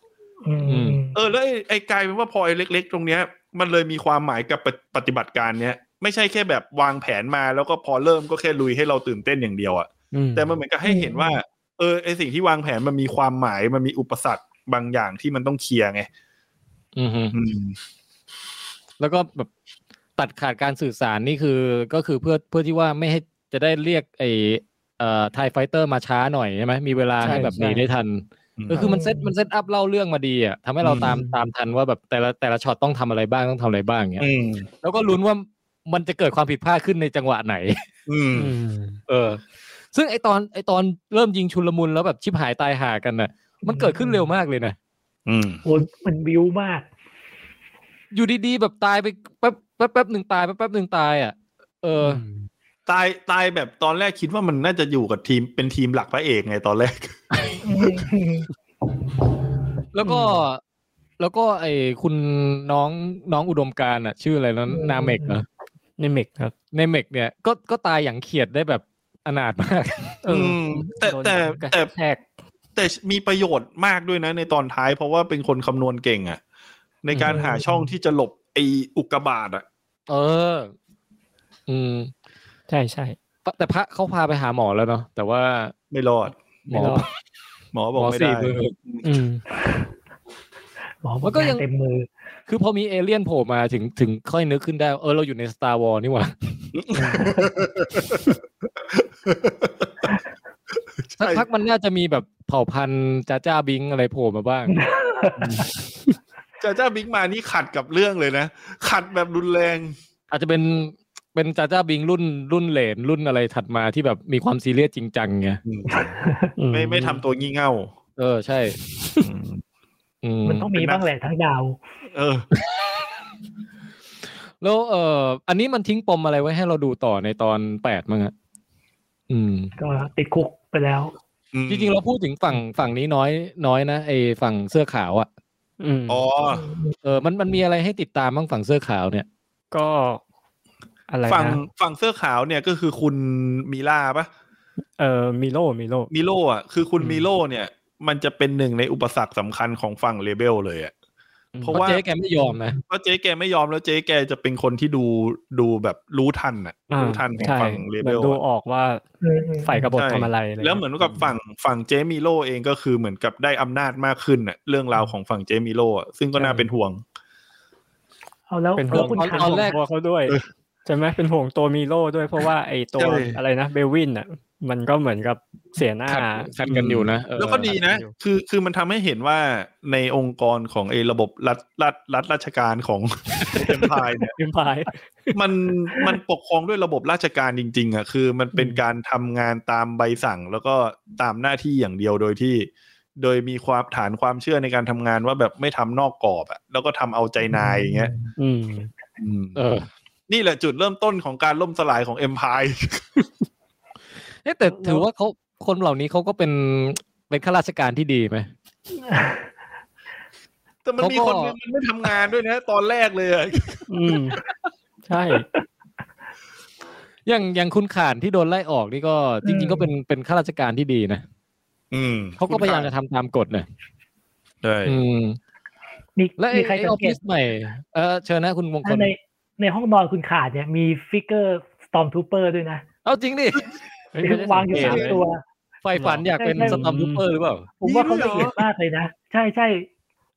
Speaker 4: อืม
Speaker 2: เออแล้วไอ้ไอ้กลายเป็นว่าพอไอ้เล็ก ๆ ตรงเนี้ย มันเลยมีความหมายกับปฏิปฏิบัติการเนี้ย ไม่ใช่แค่แบบวางแผนมาแล้วก็พอเริ่มก็แค่ลุยให้เราตื่นเต้นอย่างเดียวอะ
Speaker 3: อืม
Speaker 2: แต่มันเหมือนกับให้เห็นว่า เออไอสิ่งที่วางแผนมันมีความหมายมันมีอุปสรรคบางอย่างที่มันต้องเคลียร์ไง
Speaker 1: อือฮึ
Speaker 2: อืม
Speaker 1: แล้วก็แบบตัดขาดการสื่อสารนี่คือก็คือเพื่อเพื่อที่ว่าไม่ให้จะได้เรียกไอเอ่อไทไฟเตอร์มาช้าหน่อยใช่ไหมมีเวลาให้แบบหนีได้ทัน เออคือมันเซตมันเซตอัพเล่าเรื่องมาดีอ่ะทำให้เราตามตามทันว่าแบบแต่ละแต่ละช็อตต้องทำอะไรบ้างต้องทำอะไรบ้างเงี้ย
Speaker 2: อืม
Speaker 1: แล้วก็ลุ้นว่ามันจะเกิดความผิดพลาดขึ้นในจังหวะไหน
Speaker 2: อืม
Speaker 3: อืม
Speaker 1: เออ ซึ่งไอตอนไอตอนเริ่มยิงชุลมุนแล้วแบบชิบหายตายหากันน่ะ มันเกิดขึ้นเร็วมากเลยนะ
Speaker 2: อืม
Speaker 4: โอ้ยมันวิวมาก
Speaker 1: อยู่ดีๆแบบตายไปแป๊บแป๊บแป๊บหนึ่งตายแป๊บแป๊บหนึ่งตายอ่ะเอออ
Speaker 3: ม
Speaker 2: ตายตายแบบตอนแรกคิดว่ามันน่าจะอยู่กับทีมเป็นทีมหลักพระเอกไงตอนแรก
Speaker 1: แล้วก็แล้วก็ไอคุณน้องน้องอุดมการณ์อ่ะ ชื่ออะไรนะนาเมกเหรอ
Speaker 3: ในเมกครับ
Speaker 1: ในเมกเนี่ยก็ก็ตายอย่างเขียดได้แบบอนาถมาก
Speaker 3: เออ
Speaker 2: มแต่
Speaker 3: โดน
Speaker 2: แต่
Speaker 3: กระ
Speaker 2: แต่
Speaker 3: แทก
Speaker 2: แต่มีประโยชน์มากด้วยนะ ในตอนท้ายเพราะว่าเป็นคนคำนวณเก่งอะในการหาช่องที่จะหลบไออุกกาบาตอะ
Speaker 1: เออ อืม
Speaker 3: ใช่ใช่
Speaker 1: ปะแต่พระเขาพาไปหาหมอแล้วเนาะ แต่ว่า
Speaker 2: ไม่รอด
Speaker 1: หม
Speaker 3: ไม่
Speaker 1: อ
Speaker 3: รอด
Speaker 2: หมอบอกไม่
Speaker 1: สี่
Speaker 2: ได้
Speaker 1: มือ
Speaker 3: อืม
Speaker 4: หมอ
Speaker 1: มันก็ยัง
Speaker 4: เต็มมือ
Speaker 1: คือพอมีเอเลี่ยนโผล่มาถึงถึงค่อยนึกขึ้นได้ เออเราอยู่ใน Star War นี่หว่า สัก
Speaker 2: ใช่
Speaker 1: พักมันน่าจะมีแบบเผ่าพันธุ์จ้าจ้าบิงอะไรโผล่มาบ้าง
Speaker 2: จ้าจ้าบิ๊กมานี่ขัดกับเรื่องเลยนะ ขัดแบบรุนแรง
Speaker 1: อาจจะเป็นเป็นจ้าจ้าบิงรุ่นรุ่นเหลนรุ่นอะไรถัดมาที่แบบมีความซีเรียสจริงจังไง
Speaker 2: ไม่ไม่ทำตัวงี่เง่า
Speaker 1: เออใช่ อืม
Speaker 4: มันต้องมีบ้างแหละทั้งดาว
Speaker 2: เออ
Speaker 1: แล้วเอออันนี้มันทิ้งปมอะไรไว้ให้เราดูต่อในตอนแปดมั้งอะอืม
Speaker 4: ก็ติดคุกไปแล้ว
Speaker 1: จริงๆเราพูดถึงฝั่งฝั่งนี้น้อยน้อยนะไอฝั่งเสื้อขาวอะ่ะ
Speaker 3: อืม
Speaker 2: อ๋อ
Speaker 1: เออมันมันมีอะไรให้ติดตามบ้างฝั่งเสื้อขาวเนี่ย
Speaker 3: ก็อะไร
Speaker 2: ฝั่ง
Speaker 3: นะ
Speaker 2: ฝั่งเสื้อขาวเนี่ยก็คือคุณมิล่าปะ
Speaker 3: เอ่อมิโลมิโล
Speaker 2: มิโลอ่ะ คือคุณ
Speaker 3: อืม
Speaker 2: มิโลเนี่ย มันจะเป็นหนึ่งในอุปสรรคสำคัญของฝั่งเลเบลเลยอ่ะ เพราะ
Speaker 1: เพราะ
Speaker 2: ว่า
Speaker 1: เจ๊แกไม่ยอมนะ
Speaker 2: เพราะเจ๊แกไม่ยอมแล้วเจ๊แกจะเป็นคนที่ดูดูแบบรู้ทันอ่ะ
Speaker 3: อ่า
Speaker 2: รู้ทันของ
Speaker 3: ใช่
Speaker 2: ฝั่งเล
Speaker 3: เห
Speaker 2: เบ
Speaker 3: มือน
Speaker 2: ล
Speaker 3: ดู
Speaker 2: อะ
Speaker 3: ออกว่าฝ่ายกบฏทำอะไระไร
Speaker 2: แล้วเหมือนกับฝั่งฝั่งเจมิโลเองก็คือเหมือนกับได้อำนาจมากขึ้นอ่ะเรื่องราวของฝั่งเจมิโลอะซึ่งก็น่าเป็นห่วง
Speaker 4: เอาแล้ว
Speaker 3: เป็น
Speaker 4: แล้
Speaker 3: ห่ว
Speaker 4: ว
Speaker 3: ง
Speaker 4: คุณ
Speaker 3: ตอน
Speaker 4: ขัง
Speaker 3: ตอนแรกตัวเขาด้วย
Speaker 2: เออ
Speaker 3: ใช่ไหมเป็นห่วงตัวมิโลด้วยเพราะว่าไอตัว
Speaker 2: ใช่
Speaker 3: อะไรนะเบลวินอ่ะ มันก็เหมือนกับเสียหน้า
Speaker 1: ขัดขัดกันอยู่นะเออ
Speaker 2: แล้วก็ดีนะ
Speaker 3: เออ
Speaker 2: คือคือมันทำให้เห็นว่าในองค์กรของไอ้ระบบรัฐรัฐรัฐราชการของ เอ็มพายเนี่ย
Speaker 3: อิมพาย
Speaker 2: มันมันปกครองด้วยระบบราชการจริง ๆอ่ะคือมันเป็น
Speaker 3: อืม
Speaker 2: การทำงานตามใบสั่ง แล้วก็ตามหน้าที่อย่างเดียวโดยที่ โดยมีความฐานความเชื่อในการทำงานว่าแบบไม่ทำนอกกรอบอ่ะแล้วก็ทำเอาใจนายอย่างเงี้ย
Speaker 3: อืม
Speaker 2: อืม
Speaker 1: เออ
Speaker 2: นี่แหละจุดเริ่มต้นของการล่มสลายของเอ็มพาย
Speaker 1: เอ๊ะแต่ถือว่าเขาคนเหล่านี้เขาก็เป็นเป็นข้าราชการที่ดีไหม
Speaker 2: แต่มันมีคน
Speaker 1: เขาก็
Speaker 2: นึงมันไม่ทำงานด้วยนะ ตอนแรกเลยอะ
Speaker 3: อืม ใช่
Speaker 1: อย่างอย่างคุณข่านที่โดนไล่ออกนี่ก็จริง ๆ ก็เป็นเป็นข้าราชการที่ดีนะ
Speaker 2: อืม
Speaker 1: เขาก็พยายามจะทำตามกฎนะ
Speaker 2: ใช่
Speaker 1: อืม
Speaker 4: มี
Speaker 1: และไอ
Speaker 4: มีใคร
Speaker 1: ไอ้
Speaker 4: สั
Speaker 1: อง อฟ
Speaker 4: เก
Speaker 1: ฟิ
Speaker 4: ต
Speaker 1: ศใหม่เออเชิญนะคุณมงคล
Speaker 4: ในในห้องนอนคุณขาดเนี่ยมีฟิกเกอร์สตอมทูเปอร์ด้วยนะ
Speaker 1: เอาจริงดิ
Speaker 4: วางอยู่สามตัว
Speaker 1: ไฟฝันอยากเป็น
Speaker 3: ใช่ใช่
Speaker 1: สตอมทูเปอร์หรือเปล่า
Speaker 4: ผมว่าเขาละเอียดมากเลยนะ ใช่ใช่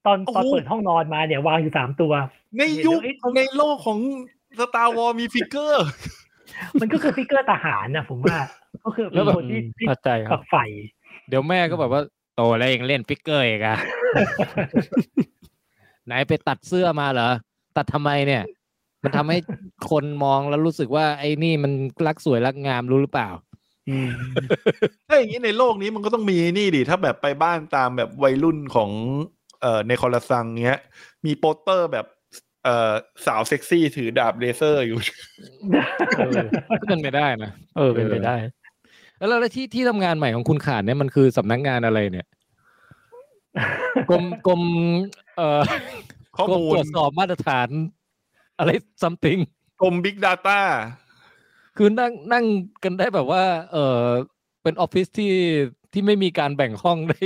Speaker 4: ตอนตอนเปิดห้องนอนมาเนี่ยวางอยู่สามตัว
Speaker 2: ในยุคในโลกของสตาร์วอลมีฟิกเกอร์
Speaker 4: มันก็คือฟิกเกอร์ทหารนะผมว่า ก็คือ
Speaker 1: แล้
Speaker 4: เป็
Speaker 1: วน แบบ
Speaker 4: คนที่ที่
Speaker 3: เข้าใจครั
Speaker 4: ฝั
Speaker 3: บ
Speaker 4: กใฝ่
Speaker 1: เดี๋ยวแม่ก็แบบว่าโตแล้วยังเล่นฟิกเกอร์อีกอะ ไหนไปตัดเสื้อมาเหรอ ตัดทำไมเนี่ย มันทำให้คนมองแล้วรู้สึกว่าไอ้นี่มันรักสวยรักงามรู้หรือเปล่า
Speaker 3: อืม
Speaker 2: ถ้าอย่างนี้ในโลกนี้มันก็ต้องมีนี่ดิถ้าแบบไปบ้านตามแบบวัยรุ่นของเอ่อในคอลซังเนี้ย มีโปสเตอร์แบบเอ่อสาวเซ็กซี่ถือดาบเลเซอร์อยู่
Speaker 3: เออ
Speaker 1: ก็เป็นไปได้นะ
Speaker 3: เออ เป็นไปได้
Speaker 1: แล้วแล้วที่ที่ทำงานใหม่ของคุณขาดเนี่ยมันคือสำนักงานอะไรเนี่ยกรมกรมเอ่อ
Speaker 2: ข้อก
Speaker 1: รม
Speaker 2: มู
Speaker 1: ต
Speaker 2: ล
Speaker 1: รวจสอบมาตรฐาน อะไรซัมติง
Speaker 2: กรม Big Data
Speaker 1: คือนั่งนั่งกันได้แบบว่า เออเป็นออฟฟิศที่ที่ไม่มีการแบ่งห้องได้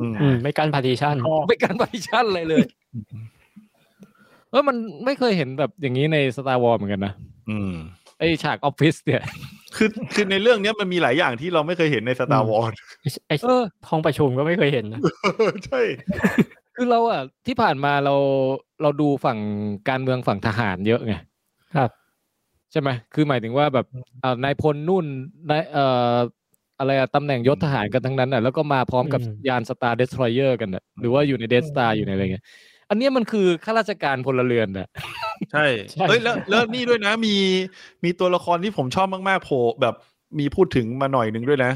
Speaker 2: อืม
Speaker 3: อืม ไม่การพาร์ติชัน
Speaker 4: ข้อ
Speaker 1: ไม่การบริชั่นอะไรเลย เออมันไม่เคยเห็นแบบอย่างนี้ใน Star War เหมือนกันนะ
Speaker 2: อืม
Speaker 1: ไอฉากออฟฟิศเนี่ย
Speaker 2: คือคือในเรื่องเนี้ยมันมีหลายอย่างที่เราไม่เคยเห็นในสตาร์วอ s
Speaker 3: ไอ้ไอ้
Speaker 1: เออ
Speaker 3: ห้องประชุมก็ไม่เคยเห็นนะ
Speaker 2: ใช่
Speaker 1: คือเราอ่ะที่ผ่านมาเราเราดูฝั่งการเมืองฝั่งทหารเยอะไง
Speaker 3: ครับ
Speaker 1: ใช่ไหมคือหมายถึงว่าแบบเอ่อนายพลนู่นนายเอ่ออะไรอะตำแหน่งยศทหารกันทั้งนั้นอ่ะ แล้วก็มาพร้อมกับ
Speaker 3: อืม
Speaker 1: ยานสตาร์เดสทรอยเออร์กันอ่ะ หรือว่าอยู่ในเดสตาร์อยู่ในอะไรเงี้ย อันเนี้ยมันคือข้าราชการพลเรือนอ่ะ
Speaker 2: ใช่
Speaker 3: ใช่
Speaker 2: เอ้ยแล้วแล้วนี่ด้วยนะ มีมีตัวละครที่ผมชอบมากๆโผล่แบบมีพูดถึงมาหน่อยหนึ่งด้วยนะ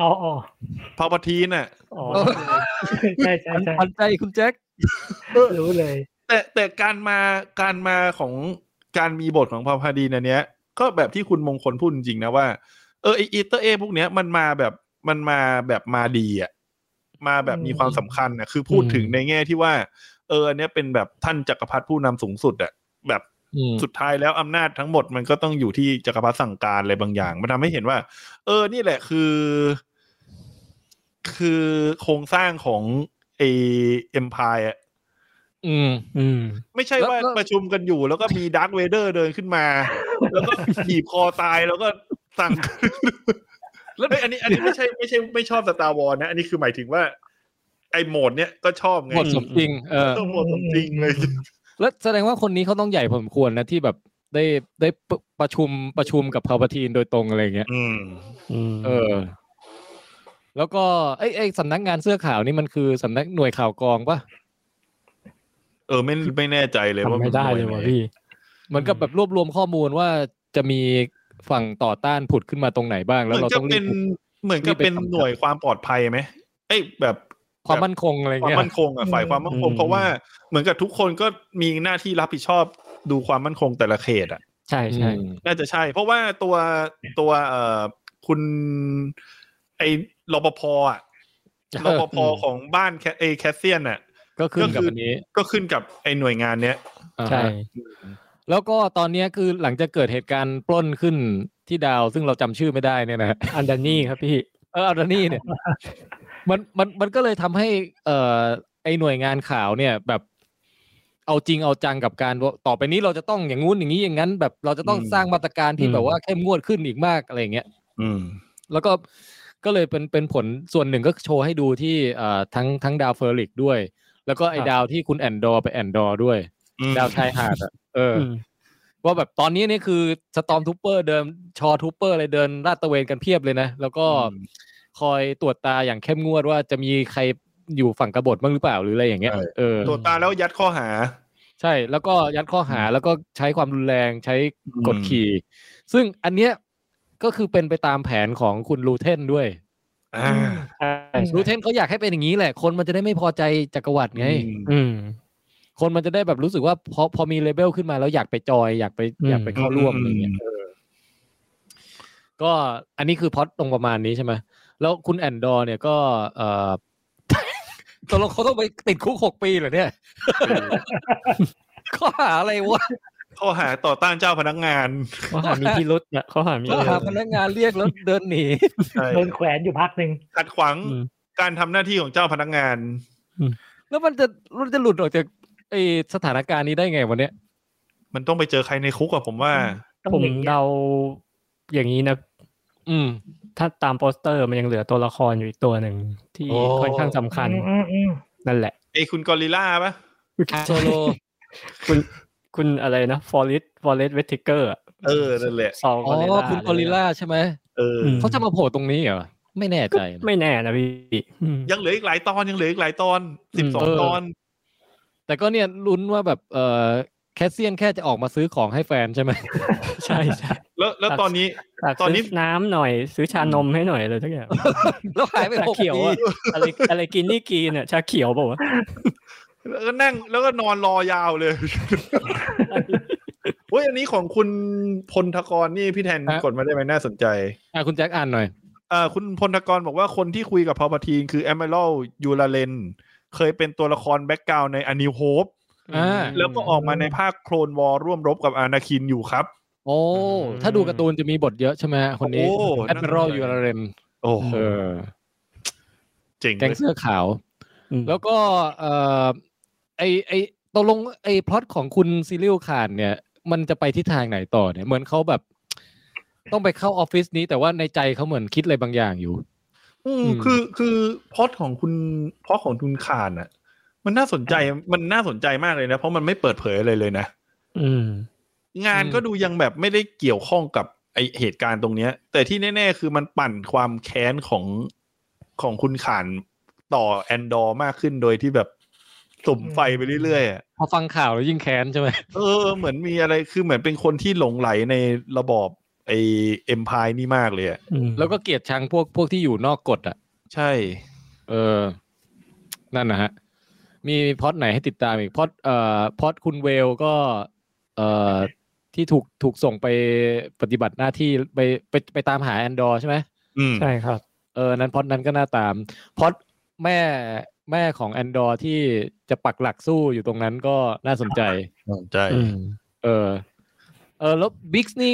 Speaker 4: อ๋ออ๋อ
Speaker 2: พาปทีนน่ะ
Speaker 3: อ๋อ
Speaker 1: เออ
Speaker 4: ใช่ใช่ใช่
Speaker 1: พันใจคุณแจ็ค
Speaker 4: รู้เลย
Speaker 2: แต่แต่การมาการมาของการมีบทของพาพาดีนอันเนี้ย ก็แบบที่คุณมงคลพูดจริงๆนะว่า เออไออีเตอร์เอพวกเนี้ยมันมาแบบมันมาแบบมาดีอ่ะมาแบบมีความสำคัญนะคือพูดถึงในแง่ที่ว่า เอออันเนี้ยเป็นแบบท่านจักรพรรดิผู้นำสูงสุดอ่ะแบบ สุดท้ายแล้วอำนาจทั้งหมดมันก็ต้องอยู่ที่จักรพรรดิสั่งการอะไรบางอย่าง มันทำให้เห็นว่า เออนี่แหละคือ คือโครงสร้างของไอเอ็มพายอะ
Speaker 1: อืม
Speaker 3: อืม
Speaker 2: ไม่ใช่
Speaker 1: แล้ว
Speaker 2: ว่า
Speaker 1: แล้ว
Speaker 2: ประชุมกันอยู่ แล้วก็มีดาร์คเวเดอร์เดินขึ้นมา แล้วก็บีบคอตายแล้วก็ สั่ง แล้วเฮ้ยอันนี้ อันนี้ไม่ใช่ไม่ใช่ไม่ชอบสตาร์วอลนะ อันนี้คือหมายถึงว่า ไอโหมดเนี้ยก็ชอบไง
Speaker 1: หมดสมจริง เออ
Speaker 2: เออโหมดสมจริงเลย
Speaker 1: แล้วแสดงว่าคนนี้เขาต้องใหญ่พอสมควรนะที่แบบได้ได้ปประชุมประชุมกับพาวทีนโดยตรงอะไรเงี้ย
Speaker 2: อืม
Speaker 3: อืม
Speaker 1: เออ แล้วก็ไอ้ไอ้สำนักงานเสื้อขาวนี่มันคือสำนักหน่วยข่าวกองปะ
Speaker 2: เออไม่ไม่แน่ใจเลยว่าน
Speaker 3: ทำไม่ได้
Speaker 2: หน่
Speaker 3: เลย
Speaker 2: ไหน
Speaker 3: ว่ะพี่
Speaker 1: เหมือนกับแบบรวบรวมข้อมูลว่าจะมีฝั่งต่อต้านผุดขึ้นมาตรงไหนบ้าง แล้วเราต้อง
Speaker 2: เหมื
Speaker 1: รี
Speaker 2: อน
Speaker 1: บ
Speaker 2: กับเป็นเหมือนกับ
Speaker 1: รีบไป
Speaker 2: เป็น
Speaker 1: ทำ
Speaker 2: หน่วยความปลอดภัยไหมเอ้ยแบบ
Speaker 1: ความมั่นคงอะไร
Speaker 2: ความ
Speaker 1: เงี้ย
Speaker 2: มั่นคงอ่ะฝ่ายความมั่นคง
Speaker 3: อืม
Speaker 2: เพราะว่าเหมือนกับทุกคนก็มีหน้าที่รับผิดชอบดูความมั่นคงแต่ละเขตอ่ะ
Speaker 3: ใช่
Speaker 1: อืม
Speaker 3: ใช่
Speaker 2: น่าจะใช่ เพราะว่าตัวตัวเอ่อคุณ ไอ้รปภอ่ะรปภของบ้านแคเอแคสเซียนอ่ะ
Speaker 1: ก็ขึ้น
Speaker 2: ก็
Speaker 1: กับ
Speaker 2: คืออั
Speaker 1: อันนี้
Speaker 2: ก็ขึ้นกับไอ้หน่วยงานเนี้ย
Speaker 1: อ่า
Speaker 3: ใช่
Speaker 1: ฮะแล้วก็ตอนเนี้ยคือหลังจากเกิดเหตุการณ์ปล้นขึ้นที่ดาวซึ่งเราจำชื่อไม่ได้เนี่ยนะฮะ
Speaker 3: อันดานี่ครับพี่
Speaker 1: เอออันนี้ เนี่ย มันมันมันก็เลยทำให้ เอ่อไอหน่วยงานข่าวเนี่ยแบบเอาจริงเอาจังกับการว่าต่อไปนี้เราจะต้องอย่างงู้นอย่างนี้อย่างนั้น แบบเราจะต้อง
Speaker 2: อืม
Speaker 1: สร้างมาตรการที่
Speaker 3: อืม
Speaker 1: แบบว่าเข้มงวดขึ้นอีกมากอะไรอย่างเงี้ย
Speaker 2: อืม
Speaker 1: แล้วก็ก็เลยเป็นเป็นผลส่วนหนึ่งก็โชว์ให้ดูที่เอ่อทั้งทั้งดาวเฟอร์ริกด้วย แล้วก็ไอ้
Speaker 3: ครับ
Speaker 1: ดาวที่คุณแอนดอร์ไปแอนดอร์ด้วย
Speaker 2: อืม
Speaker 1: ดาวชายหาดอะเอออ
Speaker 3: ม
Speaker 1: ว่าแบบตอนนี้นี่คือสตอมทูเปอร์เดิมชอทูเปอร์อะไรเดินลาดตระเวนกันเพียบเลยนะ แล้วก็
Speaker 2: อืม
Speaker 1: คอยตรวจตาอย่างเข้มงวดว่าจะมีใครอยู่ฝั่งกบฏบ้างหรือเปล่าหรืออะไรอย่างเงี้ย
Speaker 2: ใช่
Speaker 1: เออ
Speaker 2: ตัวจตาแล้วยัดข้อหา
Speaker 1: ใช่ แล้วก็ยัดข้อหาแล้วก็ใช้ความรุนแรงใช้กดขี่ ซึ่งอันเนี้ยก็คือเป็นไปตามแผนของคุณลูเทนด้วย
Speaker 2: อ่า
Speaker 3: ใช่
Speaker 1: รูเทนเขาอยากให้เป็นอย่างนี้แหละ คนมันจะได้ไม่พอใจจักรวรรดิไง
Speaker 2: อืม
Speaker 3: อืม
Speaker 1: คนมันจะได้แบบรู้สึกว่าพอพอมีเลเบลขึ้นมาแล้วอยากไปจอยอยากไป
Speaker 3: อืม
Speaker 1: อยากไปเข้าร่วม
Speaker 2: อื
Speaker 1: อะ
Speaker 2: ม
Speaker 1: ไรเงี้ยเออก็อันนี้คือพล็อดตรงประมาณนี้ใช่ไหมแล้วคุณแอนดอร์เนี่ยก็ เอ่อ ตกลงเขาต้องไปติดคุกหกปีเหรอเนี่ย ข้อหาอะไรวะ
Speaker 2: ข้อหาต่อต้านเจ้าพนักงาน
Speaker 3: เขาหามีพิรุษนะเขาหามี
Speaker 1: ข้อ
Speaker 3: พิ
Speaker 1: หา
Speaker 3: รุษ
Speaker 1: พนักงานเรียกแล้วเดินหนี
Speaker 2: ใช่
Speaker 4: โดนแขวนอยู่พักหนึ่ง
Speaker 2: ขัดขวาง
Speaker 3: อืม
Speaker 2: การทำหน้าที่ของเจ้าพนักงาน
Speaker 1: แล้วมันจะมันจะหลุดออกจากไอสถานการณ์นี้ได้ไงวันเนี้ย
Speaker 2: มันต้องไปเจอใครในคุกอะผมว่า
Speaker 4: ต้อง
Speaker 3: ผม
Speaker 4: อย่างเงี้ย
Speaker 3: เดาอย่างนี้นะ
Speaker 1: อืม
Speaker 3: ถ้าตามโปสเตอร์มันยังเหลือตัวละครอยู่อีกตัวหนึ่งที่
Speaker 1: โอ้
Speaker 3: ค่อนข้างสำคัญ
Speaker 4: อืมอืมอืม
Speaker 3: นั่นแหละ
Speaker 2: ไอ้คุณกอริลล่าปะ
Speaker 1: โซโล
Speaker 3: คุณคุณอะไรนะฟอร์ e ิสฟอร์เรสเวทิเกอร์
Speaker 2: เออนั่นแหละ
Speaker 3: ซอง
Speaker 1: อ๋อคุณกอริลล่าใช่ไหม
Speaker 2: เออ
Speaker 3: อืม
Speaker 1: เขาจะมาโผล่ตรงนี้เหรอ ไม่แน่ใจนะ
Speaker 3: ไม่แน่นะพี่อืม
Speaker 2: ยังเหลืออีกหลายตอนยังเหลืออีกหลายตอนสิบสอ
Speaker 3: เองอ
Speaker 2: ตอน
Speaker 1: แต่ก็เนี่ยลุ้นว่าแบบเออแคสเซียนแค่จะออกมาซื้อของให้แฟนใช่ไหม
Speaker 3: ใช่ใช่
Speaker 2: แล้วแล้วตอนนี้
Speaker 3: ฝาก
Speaker 2: ตอนนี้
Speaker 3: ซื้น้ำหน่อยซื้อชานมให้หน่อยเลยทุกอย่าง
Speaker 1: แล้วหายไป
Speaker 3: ชา
Speaker 1: หก
Speaker 3: เขียว
Speaker 1: ปี
Speaker 3: อะอะไรอะไรกินนี่กินอ่ะชาเขียวเปล่าวะ
Speaker 2: แล้วก็นั่งแล้วก็นอนรอยาวเลย เฮ้ยอันนี้ของคุณพลทกรนี่พี่แทนกดมาได้ไหมน่าสนใจ
Speaker 1: อ่ะคุณแจ็คอ่านหน่อย
Speaker 2: เอ่าคุณพลทกรบอกว่าคนที่คุยกับพอพทีนคือแอมเบลยูลาเลนเคยเป็นตัวละครแบ็กกราวในอนิวโฮป
Speaker 1: อ่า
Speaker 3: ม
Speaker 2: แล้วก็ออกมาในภาคโคลนวอร่วมรบกับอานาคินอยู่ครับ
Speaker 1: โอ้
Speaker 3: ม
Speaker 1: ถ้าดูการ์ตูนจะมีบทเยอะใช่ไหมคนนี้
Speaker 2: โอ้
Speaker 1: แอดมิรัลยูราเรน
Speaker 2: โอ้
Speaker 1: เออ
Speaker 2: เจ๋ง
Speaker 1: แกง
Speaker 2: เลย
Speaker 1: เสื้อขาว
Speaker 3: อืม
Speaker 1: แล้วก็เออไอไอตกลงไอพล็อตของคุณซีริลขานเนี่ย มันจะไปทิศทางไหนต่อเนี่ย เหมือนเขาแบบ ต้องไปเข้าออฟฟิศนี้ แต่ว่าในใจเขาเหมือนคิดอะไรบางอย่างอยู่
Speaker 2: อืม
Speaker 1: อืม
Speaker 2: คือคือพอดของคุณพอดของคุณคานอ่ะ มันน่าสนใจมันน่าสนใจมากเลยนะ เพราะมันไม่เปิดเผยอะไรเลยนะ
Speaker 3: อืม
Speaker 2: งาน
Speaker 1: อืม
Speaker 2: ก็ดูยังแบบไม่ได้เกี่ยวข้องกับไอเหตุการณ์ตรงเนี้ย แต่ที่แน่ ๆ คือมันปั่นความแค้นของของคุณขานต่อแอนดอร์มากขึ้นโดยที่แบบสุ่มไฟไปเรื่อยๆอะ
Speaker 1: พอฟังข่าวแล้วยิ่งแค้นใช่ไหม
Speaker 2: เออ เหมือนมีอะไรคือเหมือนเป็นคนที่หลงไหลในระบอบไอเอ็มพายนี่มากเลยอะ
Speaker 3: อืม
Speaker 1: แล้วก็เกลียดชังพวกพวกที่อยู่นอกกฎอ่ะ
Speaker 2: ใช่
Speaker 1: เออ นั่นนะฮะ มีพล็อดไหนให้ติดตามอีกพล็อดเอ่อพล็อดคุณเวลก็ เอ่อที่ถูกถูกส่งไปปฏิบัติหน้าที่ไปไปไปตามหาแอนดอร์ใช่ไหม
Speaker 2: อืม
Speaker 3: ใช่ครับ
Speaker 1: เออนั้นพล็อดนั้นก็น่าตามพล็อดแม่แม่ของแอนดอร์ที่จะปักหลักสู้อยู่ตรงนั้นก็น่าสนใจ
Speaker 2: ใช่
Speaker 3: อืม
Speaker 1: เออ เออแล้วบิ๊กนี่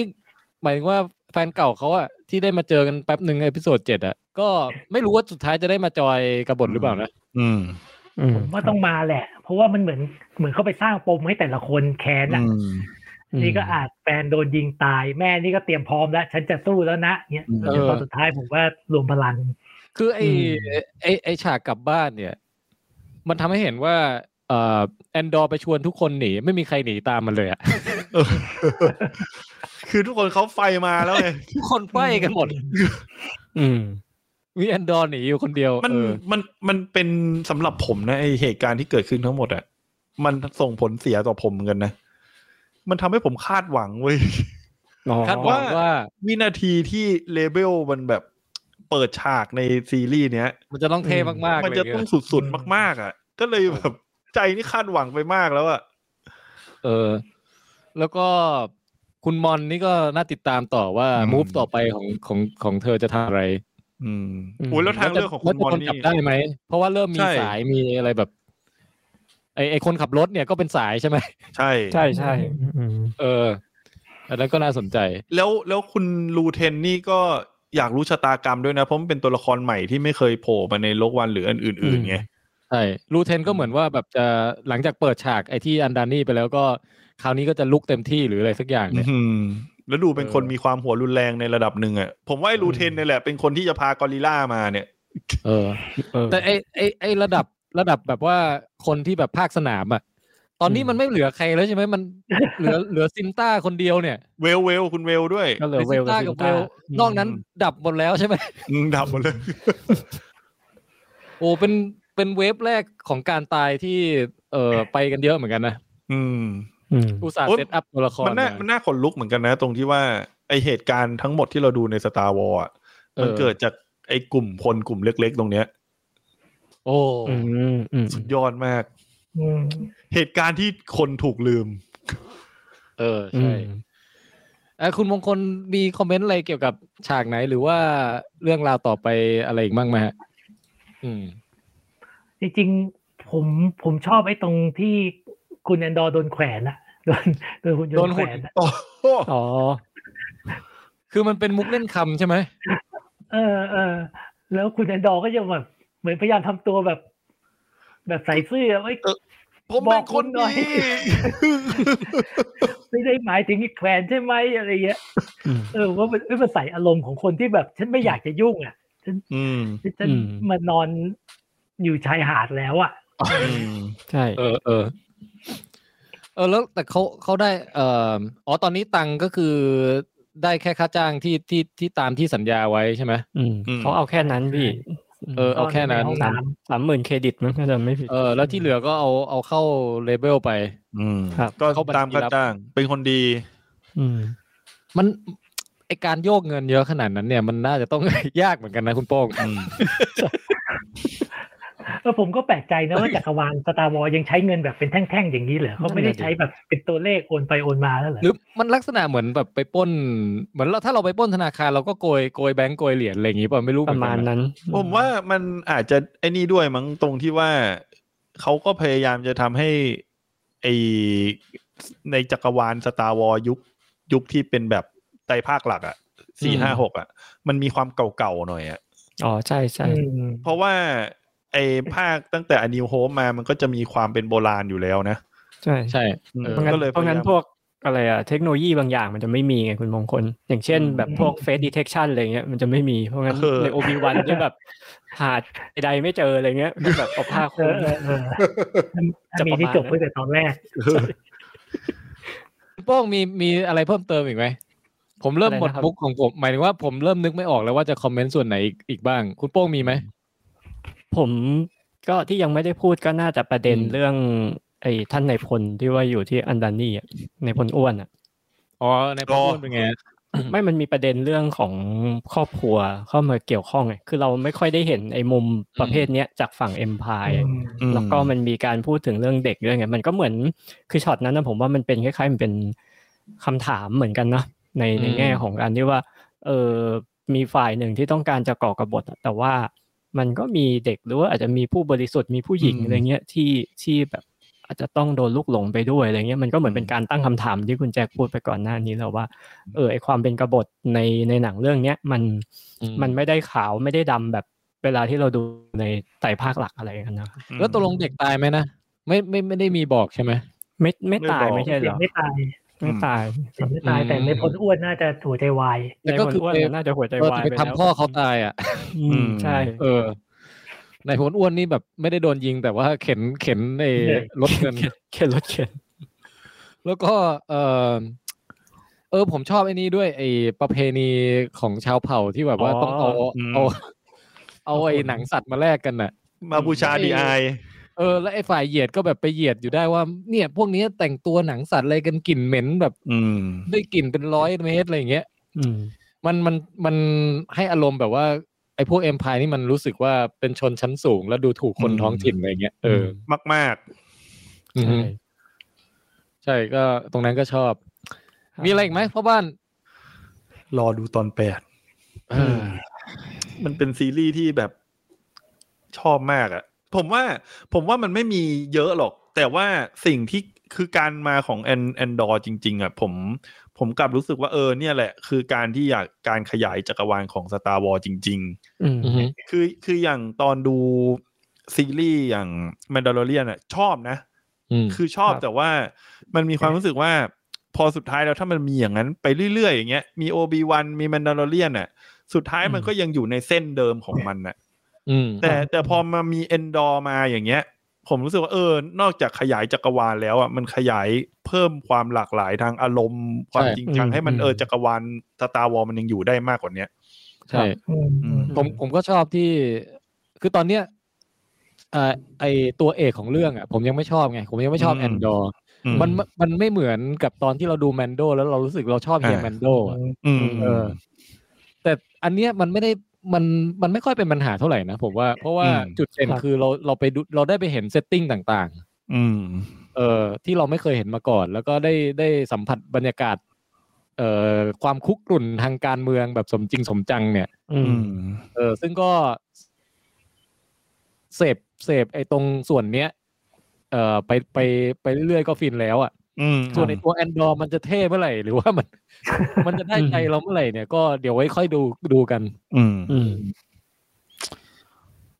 Speaker 1: หมายถึงว่าแฟนเก่าเขาอะที่ได้มาเจอกันแป๊บหนึ่งเอพิโซดเจ็ดอะก็ไม่รู้ว่าสุดท้ายจะได้มาจอยกบบทหรือเปล่านะ
Speaker 2: อืม
Speaker 3: อืม
Speaker 4: ผมว่าต้องมาแหละ เพราะว่ามันเหมือนเหมือนเขาไปสร้างปมให้แต่ละคนแค้น
Speaker 2: อื
Speaker 4: อ่ะ
Speaker 2: ม
Speaker 4: นี่ก็อาจแฟนโดนยิงตายแม่นี่ก็เตรียมพร้อมแล้ว ฉันจะสู้แล้วนะเนี่ย
Speaker 2: อืม
Speaker 4: จนตอนสุดท้ายผมว่ารวมพลัง
Speaker 1: คือไอ
Speaker 3: อืม
Speaker 1: ไอไอฉากกลับบ้านเนี่ย มันทำให้เห็นว่าเอ่อแอนดอร์ไปชวนทุกคนหนี ไม่มีใครหนีตามมันเลยอะ
Speaker 2: คือทุกคนเขาไฟมาแล้วไง
Speaker 1: ทุกคนไฟกันหมด
Speaker 3: อืม
Speaker 1: มีแอนดอร์หนีอยู่คนเดียว
Speaker 2: มัน
Speaker 1: เออ
Speaker 2: มันมันเป็นสำหรับผมนะไอเหตุการณ์ที่เกิดขึ้นทั้งหมดอะมันส่งผลเสียต่อผมเหมือนกันนะ มันทำให้ผมคาดหวังเว้ย
Speaker 1: คาดหวังว่า
Speaker 2: วินาทีที่เลเบลมันแบบเปิดฉากในซีรีส์เนี้ย
Speaker 1: มันจะต้องเท่มากๆ
Speaker 2: มัน
Speaker 1: เลย
Speaker 2: จะ
Speaker 1: เงี้
Speaker 2: ต้อง
Speaker 1: ย
Speaker 2: สุดๆมากๆ อ่ะ ก็เลยแบบใจนี่คาดหวังไปมากแล้วอ่ะ
Speaker 1: เออ แล้วก็คุณมอนนี่ก็น่าติดตามต่อว่ามูฟต่อไปของของของเธอจะทำอะไร
Speaker 2: อืม
Speaker 3: อืม
Speaker 2: โอ้ยแล้วทางเรื่องของคุณม
Speaker 1: แล้ว
Speaker 2: อ
Speaker 1: จะ
Speaker 2: นนี่
Speaker 1: จับได้ไหม เพราะว่าเริ่มมี
Speaker 2: ใช่
Speaker 1: สายมีอะไรแบบ ไอไอคนขับรถเนี่ยก็เป็นสายใช่ไหม
Speaker 2: ใช่
Speaker 3: ใช่ใช่อืม
Speaker 1: เออ อันนั้นก็น่าสนใจ
Speaker 2: แล้วแล้วคุณลูเทนนี่ก็อยากรู้ชะตากรรมด้วยนะ เพราะมันเป็นตัวละครใหม่ที่ไม่เคยโผล่มาในโลกวันหรืออันอื่นๆไง
Speaker 1: ใช่รูเทนก็เหมือนว่าแบบจะหลังจากเปิดฉากไอที่อันดานี่ไปแล้วก็ คราวนี้ก็จะลุกเต็มที่หรืออะไรสักอย่างเนี่ย
Speaker 2: อื้อหือแล้วดูเป็น
Speaker 1: เออ
Speaker 2: คนมีความหัวรุนแรงในระดับหนึ่งอ่ะ ผมว่าไอ้ลูเทนเนี่ยแหละ เป็นคนที่จะพากอริลล่ามาเนี่ย
Speaker 1: เออ
Speaker 3: เออ
Speaker 1: แต่ไอไอไอระดับระดับแบบว่าคนที่แบบภาคสนามอะตอนนี้
Speaker 3: อืม
Speaker 1: มันไม่เหลือใครแล้วใช่ไหมมัน เหลือเหลือซินต้าคนเดียวเนี่ย
Speaker 2: เวลเวลคุณเวลด้วย
Speaker 3: ก็เหลือเวล
Speaker 1: ซินต้า
Speaker 3: กั
Speaker 1: กั
Speaker 3: บบ เว
Speaker 1: เว
Speaker 3: ล
Speaker 1: ลนอกนั้นดับหมดแล้วใช่ไหม
Speaker 2: อืมดับหมดเลย
Speaker 1: โอ้เป็นเป็นเวฟแรกของการตายที่ เออไปกันเยอะเหมือนกันนะ
Speaker 2: อืม
Speaker 3: อืม
Speaker 1: อุตส่าห์
Speaker 2: โอ๊ย
Speaker 1: เซตอัพตัวละคร
Speaker 2: มันน่า
Speaker 1: มา
Speaker 2: มันน่าขนลุกเหมือนกันนะ ตรงที่ว่าไอเหตุการณ์ทั้งหมดที่เราดูในสตาร์วอล
Speaker 1: เออ
Speaker 2: มันเกิดจากไอกลุ่มคนกลุ่มเล็กๆ ตรงเนี้ย
Speaker 1: โอ้
Speaker 3: อืมอืม
Speaker 2: สุดยอดมาก
Speaker 4: อืม
Speaker 2: เหตุการณ์ที่คนถูกลืม
Speaker 1: เออ
Speaker 3: อื
Speaker 1: ใช่
Speaker 3: ม
Speaker 1: เอ่อคุณมงคลมีคอมเมนต์อะไรเกี่ยวกับฉากไหนหรือว่าเรื่องราวต่อไปอะไรอีกบ้างไหมฮะอืม
Speaker 4: จริงๆผมผมชอบไอ้ตรงที่คุณแอนดอร์โดนแขวนอะโดนโดนหุ่นย
Speaker 1: โด
Speaker 4: น
Speaker 1: น
Speaker 4: ต์
Speaker 1: หุ่
Speaker 4: แขวน นอะ
Speaker 2: โอ้โห
Speaker 3: อ๋อ
Speaker 1: คือมันเป็นมุกเล่นคำใช่ไหม
Speaker 4: เออเออแล้วคุณแอนดอร์ก็ยังแบบเหมือนพยายามทำตัวแบบ แบบใส่เสื้อไว้ย
Speaker 2: ผมเป็นคน
Speaker 4: บอกคุณหน่
Speaker 2: ดี
Speaker 4: อย ไม่ได้หมายถึงอีกแขวนใช่ไหมอะไรเงี้ย
Speaker 3: อืม
Speaker 4: เออว่ามันเอ้ยมันใส่อารมณ์ของคนที่แบบ ฉันไม่อยากจะยุ่งอ่ะ
Speaker 2: อืม
Speaker 4: ฉัน
Speaker 3: อืม
Speaker 4: มานอนอยู่ชายหาดแล้วอ่ะ
Speaker 2: อืม
Speaker 3: ใช่
Speaker 1: เออเออเออแล้วแต่เขาเขาได้ เอ่ออ๋อตอนนี้ตังค์ก็คือได้แค่ค่าจ้างที่ที่ที่ตามที่สัญญาไว้ใช่ไหม
Speaker 3: อืมเขาเอาแค่นั้นพี่
Speaker 1: เออเอาแค่นั้น
Speaker 4: ตอนอยู่ในห้องน้ำ
Speaker 3: สามหมื่นเครดิตมั้งถ้าจำไม่ผิด
Speaker 1: เออแล้วที่เหลือก็เอาเอาเข้าเลเบลไป
Speaker 2: อืม
Speaker 3: ครับ
Speaker 2: ก็
Speaker 1: เข้าบัญชี
Speaker 2: ตามค่า
Speaker 1: รับ
Speaker 2: จ้างเป็นคนดี
Speaker 3: อืม
Speaker 1: มันไอการโยกเงินเยอะขนาดนั้นเนี่ยมันน่าจะต้อง ยากเหมือนกันนะคุณโป้ง
Speaker 2: อืม
Speaker 4: เออผมก็แปลกใจนะว่าจักรวาลสตาร์วอยังใช้เงินแบบเป็นแท่งๆอย่างนี้เหรอเขาไม่ได้ใช้แบบเป็นตัวเลขโอนไปโอนมาแล้วเหรอ
Speaker 1: หรือมันลักษณะเหมือนแบบไปปล้น เหมือนเราถ้าเราไปปล้นธนาคารเราก็โกยโกยแบงก์โกยเหรียญอะไรอย่างงี้ป่ะไม่รู้เหอ
Speaker 3: ประ
Speaker 1: น
Speaker 3: มา
Speaker 1: กั
Speaker 3: ณ
Speaker 1: น
Speaker 3: นั้น
Speaker 2: ผมว่ามันอาจจะไอ้นี่ด้วยมั้งตรงที่ว่าเขาก็พยายามจะทำให้ไอในจักรวาลสตาร์วอยุคยุคที่เป็นแบบไตรภาคหลักอะสี่ห้าหกอะมันมีความเก่าๆหน่อยอะ
Speaker 3: อ๋อใช่ใช่
Speaker 4: ม
Speaker 2: เพราะว่าไอภาคตั้งแต่อนิวโฮมามันก็จะมีความเป็นโบราณอยู่แล้วนะ
Speaker 3: ใช่
Speaker 1: ใช่
Speaker 2: อืม
Speaker 1: เออ
Speaker 3: เพราะงั้น
Speaker 2: ก็เลย
Speaker 3: เพราะงั้น
Speaker 2: พยายาม
Speaker 3: พวก อะไรอะเทคโนโลยีบางอย่างมันจะไม่มีไงคุณมงคล อย่างเช่น แบบพวกเฟสด e เทคชันอะไรเงี้ยมันจะไม่มีเพราะงั้น
Speaker 2: เออ
Speaker 3: ในโอบีวันจะแบบหาใดๆไม่เจออะไรเงี้ยก็แบบเอาผ้าค
Speaker 4: เอ
Speaker 3: ลุ
Speaker 4: อ
Speaker 3: ม
Speaker 4: เออเออ
Speaker 3: จะประมาณ
Speaker 4: มีที่จบไว้แต่ตอนแรก
Speaker 1: โป้งมีมีอะไรเพิ่มเติมอีกไหมผมเริ่ม
Speaker 3: อะไร
Speaker 1: หมด
Speaker 3: นะครับ
Speaker 1: มุกของผมหมายถึงว่าผมเริ่มนึกไม่ออกแล้วว่าจะคอมเมนต์ส่วนไหนอีกอีกบ้าง คุณโป้งมีไหม
Speaker 3: ผมก็ที่ยังไม่ได้พูดก็น่าจะประเด็น
Speaker 1: อืม
Speaker 3: เรื่อง ไอ้ท่านในายพลที่ว่าอยู่ที่อันดานี่อะในายพลอ้วนอ่ะ
Speaker 1: อ๋อในโป้งเป็นไงฮะ
Speaker 3: ไม่มันมีประเด็นเรื่องของครอบครัวเข้ามาเกี่ยวข้องไงคือเราไม่ค่อยได้เห็นไอ้มุมประเภทเนี้ยจากฝั่งเอ็มพายแล้วก็มันมีการพูดถึงเรื่องเด็กด้วยไงมันก็เหมือนคือช็อตนั้นนะผมว่ามันเป็นคล้ายๆมันเป็นคำถามเหมือนกันนะใน
Speaker 1: อืม
Speaker 3: ในแง่ของการที่ว่าเออมีฝ่ายหนึ่งที่ต้องการจะก่อกบฏอะแต่ว่ามันก็มีเด็กหรือว่าอาจจะมีผู้บริสุทธิ์มีผู้หญิง
Speaker 2: อืม
Speaker 3: อะไรเงี้ยที่ที่แบบอาจจะต้องโดนลูกหลงไปด้วยอะไรเงี้ยมันก็เหมือนเป็นการตั้งคำถามที่คุณแจ็คพูดไปก่อนหน้านี้แล้วว่า เออไอความเป็นกบฏในในหนังเรื่องเนี้ยมัน
Speaker 1: อืม
Speaker 3: มันไม่ได้ขาวไม่ได้ดำแบบเวลาที่เราดูในไต่ภาคหลักอะไรกันนะครับ
Speaker 1: แล้วตกลงเด็กตายไหมนะไม่ไม่ไม่ได้มีบอกใช่ไหม
Speaker 3: ไม่ไม่ตาย
Speaker 2: ไม่บอก
Speaker 3: ไม่ใช่เหร
Speaker 4: เสียง
Speaker 3: อ
Speaker 4: ไม่ตาย
Speaker 3: ไม่ตาย
Speaker 4: เสียงไม่ตายแต่ในพลอ้วนน่าจะถัวใจวาย
Speaker 1: แต่ก็คือ
Speaker 3: ในน
Speaker 1: ไป
Speaker 3: อ้วนน่ะน่าจะหัวใจ
Speaker 1: เออ
Speaker 3: วาย
Speaker 1: แต่ไปทำพ่อเขาตายอ่ะ
Speaker 3: อืมใช่
Speaker 1: เออในายพลอ้วนนี่แบบไม่ได้โดนยิงแต่ว่าเข็นเข็นใน
Speaker 4: เหนื่อย
Speaker 1: รถเงิน
Speaker 3: เข็นรถเข็น
Speaker 1: แล้วก็เออเออผมชอบไอ้นี้ด้วยไอ้ประเพณีของชาวเผ่าที่แบบว่าต้องเอา
Speaker 2: อืม
Speaker 1: เอาเอาไอ้หนังสัตว์มาแลกกันน่ะ
Speaker 2: มาบูชาดีไอ
Speaker 1: เออแล้วไอ้ฝ่ายเหยียดก็แบบไปเหยียดอยู่ได้ว่าเนี่ย พวกนี้แต่งตัวหนังสัตว์อะไรกันกลิ่นเหม็นแบบ
Speaker 2: อืม
Speaker 1: ได้กลิ่นเป็นร้อยเมตรอะไรอย่างเงี้ย
Speaker 3: อืม
Speaker 1: มันมันมันให้อารมณ์แบบว่าไอ้พวกเอ็มพายนี่มันรู้สึกว่าเป็นชนชั้นสูง แล้วดูถูกคน
Speaker 2: อืม
Speaker 1: ท้องถิ่นอะไรเงี้ยเออ
Speaker 2: มาก
Speaker 1: อ
Speaker 3: ใช่
Speaker 1: ใช่ก็ตรงนั้นก็ชอบ มีอะไรอีกไหมพ่อบ้าน
Speaker 2: ๆ รอดูตอนแปด
Speaker 1: เออ
Speaker 2: มันเป็นซีรีส์ที่แบบชอบมากอะผมว่าผมว่ามันไม่มีเยอะหรอก แต่ว่าสิ่งที่คือการมาของแอนแอนดอร์จริง ๆอะผมผมกลับรู้สึกว่าเออเนี่ยแหละ คือการที่อยากการขยายจักรวาลของ Star Wars จริง ๆ
Speaker 3: อืม
Speaker 1: อือหือ
Speaker 2: คือคืออย่างตอนดูซีรีส์อย่าง Mandalorian อ่ะชอบนะ
Speaker 1: อืม
Speaker 2: คือชอบแต่ว่ามันมีความรู้สึกว่า พอสุดท้ายแล้วถ้ามันมีอย่างนั้นไปเรื่อยๆอย่างเงี้ยมีโอบีวันมีแมนดาร์เรียนอ่ะ สุดท้ายมัน
Speaker 1: อืม
Speaker 2: ก็ยังอยู่ในเส้นเดิมของมันน่ะ
Speaker 1: อืม
Speaker 2: แต่แต่พอมามีเอนดอร์มาอย่างเงี้ย ผมรู้สึกว่าเออนอกจากขยายจักรวาลแล้วอ่ะมันขยายเพิ่มความหลากหลายทางอารมณ์ ความจริงจังให้มันเออจักรวาลสตาร์วอลมันยังอยู่ได้มากกว่าเนี้ย
Speaker 1: ใช่
Speaker 4: อืมอืม
Speaker 1: ผมผมก็ชอบที่ คือตอนเนี้ยเอ่อไอตัวเอกของเรื่องอ่ะ ผมยังไม่ชอบไง ผมยังไม่ชอบ
Speaker 2: อืม
Speaker 1: แอนดอร์
Speaker 2: อื
Speaker 1: มันมันไม่เหมือนกับตอนที่เราดูแมนโด แล้วเรารู้สึกเราชอบเฮียแมนโดอะ
Speaker 2: อืม
Speaker 1: เออ แต่อันเนี้ยมันไม่ได้มันมันไม่ค่อยเป็นปัญหาเท่าไหร่นะผมว่า เพราะว่า
Speaker 2: อืม
Speaker 1: จุดเด่นคือเราเราไปดูเราได้ไปเห็นเซตติ้งต่าง
Speaker 2: อืม
Speaker 1: ๆ เอ่อที่เราไม่เคยเห็นมาก่อน แล้วก็ได้ได้สัมผัสบรรยากาศ เอ่อความคุกรุ่นทางการเมืองแบบสมจริงสมจังเนี่ย
Speaker 3: อืม
Speaker 2: อืม
Speaker 1: เออซึ่งก็เสพเสพไอ้ตรงส่วนเนี้ยเอ่อไปไปไปเรื่อยๆก็ฟินแล้วอ่ะ
Speaker 2: อืม
Speaker 1: ส่วนในตัวแอนดอร์มันจะเท่เมื่อไหร่ หรือว่ามัน มันจะได้ใจเราเมื่อไหร่เนี่ยก็เดี๋ยวไว้ค่อยดูดูกัน
Speaker 2: อืม
Speaker 3: อืม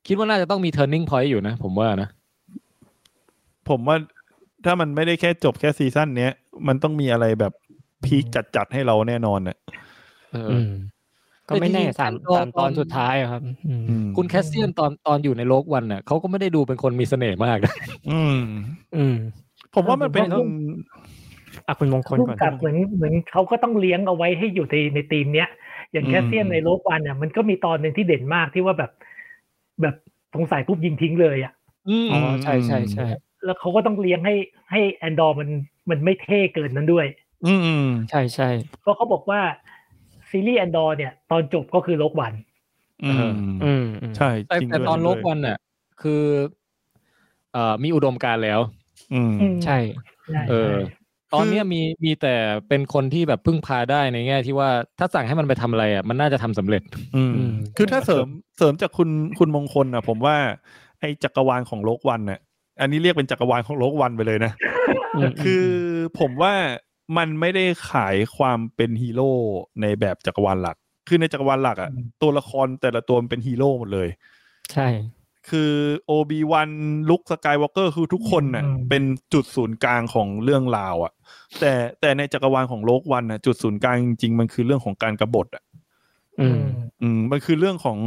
Speaker 1: คิดว่าน่าจะต้องมี turning point อยู่นะ ผมว่านะ
Speaker 2: ผมว่าถ้ามันไม่ได้แค่จบแค่ซีซั่นเนี้ย มันต้องมีอะไรแบบพีคจัดๆให้เราแน่นอนน่ะ
Speaker 1: เออ
Speaker 3: อืมก็ไม่แน่
Speaker 1: แต่จริงๆ
Speaker 3: สาม
Speaker 1: ตอน
Speaker 3: สามตอนสุดท้ายอะครับอืม
Speaker 2: ม
Speaker 1: คุณแคสเซียนตอนตอนอยู่ในโลกวันน่ะเขาก็ไม่ได้ดูเป็นคนมีเสน่ห์มากนะ
Speaker 2: อืม
Speaker 3: อืม
Speaker 2: ผมว่ามันเป็น
Speaker 3: ผมว่า อ่ะคุณมงคล
Speaker 4: ร่วม
Speaker 3: ก่อน
Speaker 4: กับเหมือนเหมือนเขาก็ต้องเลี้ยงเอาไว้ให้อยู่ในในทีมเนี้ย อย่างแคสเซียนในโลกวันเนี่ยมันก็มีตอนหนึ่งที่เด่นมากที่ว่าแบบ แบบสงสัยปุ๊บยิงทิ้งเลยอ่ะ
Speaker 1: อืม
Speaker 3: อ๋อใช่ใช่ใช่
Speaker 4: แล้วเขาก็ต้องเลี้ยงให้ให้แอนดอร์มันมันไม่เท่เกินนั้นด้วย
Speaker 2: อืมอืม
Speaker 3: ใช่ใช่
Speaker 4: เพราะเขาบอกว่าซีรีส์แอนดอร์เนี่ย ตอนจบก็คือโลกวัน
Speaker 2: อืม
Speaker 3: อืมอืม
Speaker 2: ใช่
Speaker 1: แต่
Speaker 2: จริง
Speaker 1: แต่
Speaker 2: ด้วย
Speaker 1: ตอน
Speaker 2: จริง
Speaker 1: โล
Speaker 2: ด้วย
Speaker 1: กวันน่ะ คือเอ่อมีอุดมการณ์แล้ว
Speaker 2: อืม
Speaker 3: ใช่
Speaker 4: ใช่
Speaker 1: เออ ตอนเนี้ยมีมีแต่เป็นคนที่แบบพึ่งพาได้ในแง่ที่ว่าถ้าสั่งให้มันไปทำอะไรอ่ะมันน่าจะทำสำเร็จ
Speaker 2: อืม
Speaker 3: อืม
Speaker 2: คือถ้าเสริมเสริมจากคุณคุณมงคลน่ะ ผมว่าไอ้จักรวาลของโลกวันน่ะ อันนี้เรียกเป็นจักรวาลของโลกวันไปเลยนะ คือผมว่ามันไม่ได้ขายความเป็นฮีโร่ในแบบจักรวาลหลัก คือในจักรวาลหลักอะตัวละครแต่ละตัวมันเป็นฮีโร่หมดเลย
Speaker 3: ใช่
Speaker 2: คือโอบีวันลุคสกายวอล์กเกอร์คือทุกคนน่ะ
Speaker 4: อืม
Speaker 2: เป็นจุดศูนย์กลางของเรื่องราวอะแต่แต่ในจักรวาลของโลกวันน่ะจุดศูนย์กลางจริงๆมันคือเรื่องของการกบฏอะ
Speaker 3: อืม
Speaker 2: อืมมันคือเรื่องของ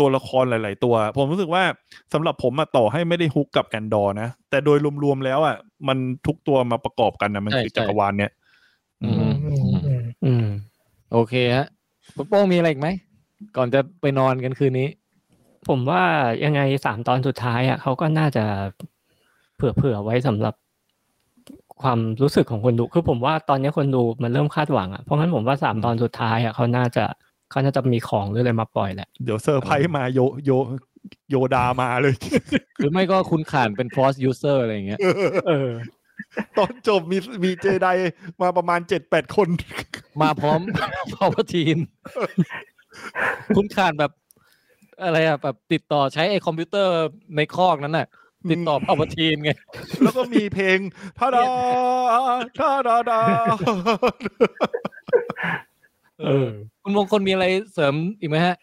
Speaker 2: ตัวละครหลาย ๆ ตัว ผมรู้สึกว่าสำหรับผมอะต่อให้ไม่ได้ฮุกกับแอนดอร์นะ แต่โดยรวม ๆ แล้วอะมันทุกตัวมาประกอบกันนะมันคือ
Speaker 1: ใช่
Speaker 2: จักรวาลเนี่ย อื
Speaker 1: อื
Speaker 2: ม
Speaker 1: ม
Speaker 4: อืมอืม
Speaker 3: อืม
Speaker 1: โอเคฮะปุ๊กโป้งมีอะไรอีกไหม ก่อนจะไปนอนกันคืนนี้
Speaker 3: ผมว่ายังไงสามตอนสุดท้ายอ่ะเขาก็น่าจะเผื่อๆไว้สำหรับความรู้สึกของคนดู คือผมว่าตอนนี้คนดูมันเริ่มคาดหวังอ่ะเพราะงั้นผมว่าสามตอนสุดท้ายอ่ะเขาน่าจะเขาน่าจะมีของหรืออะไรมาปล่อยแหละ
Speaker 2: เดี๋ยวเซอร์ไพรส์มาโยโยโยดามาเลย
Speaker 1: หรือไม่ก็คุณขานเป็น force user อะไรอย่างเงี้ย
Speaker 3: เออ
Speaker 2: ตอนจบมีมีเจไดมาประมาณเจ็ดแปดคน
Speaker 1: มาพร้อม พร้อมทีน คุณขานแบบ อะไรอะแบบติดต่อใช้ไอ้คอมพิวเตอร์ในคอกนั้นน่ะ ติดต่อพาวเวอร์ทีนไง
Speaker 2: แล้วก็มีเพลงท่าดาท่าดาดา
Speaker 3: เออ
Speaker 1: คุณมงคลมีอะไรเสริมอีกไหมฮะ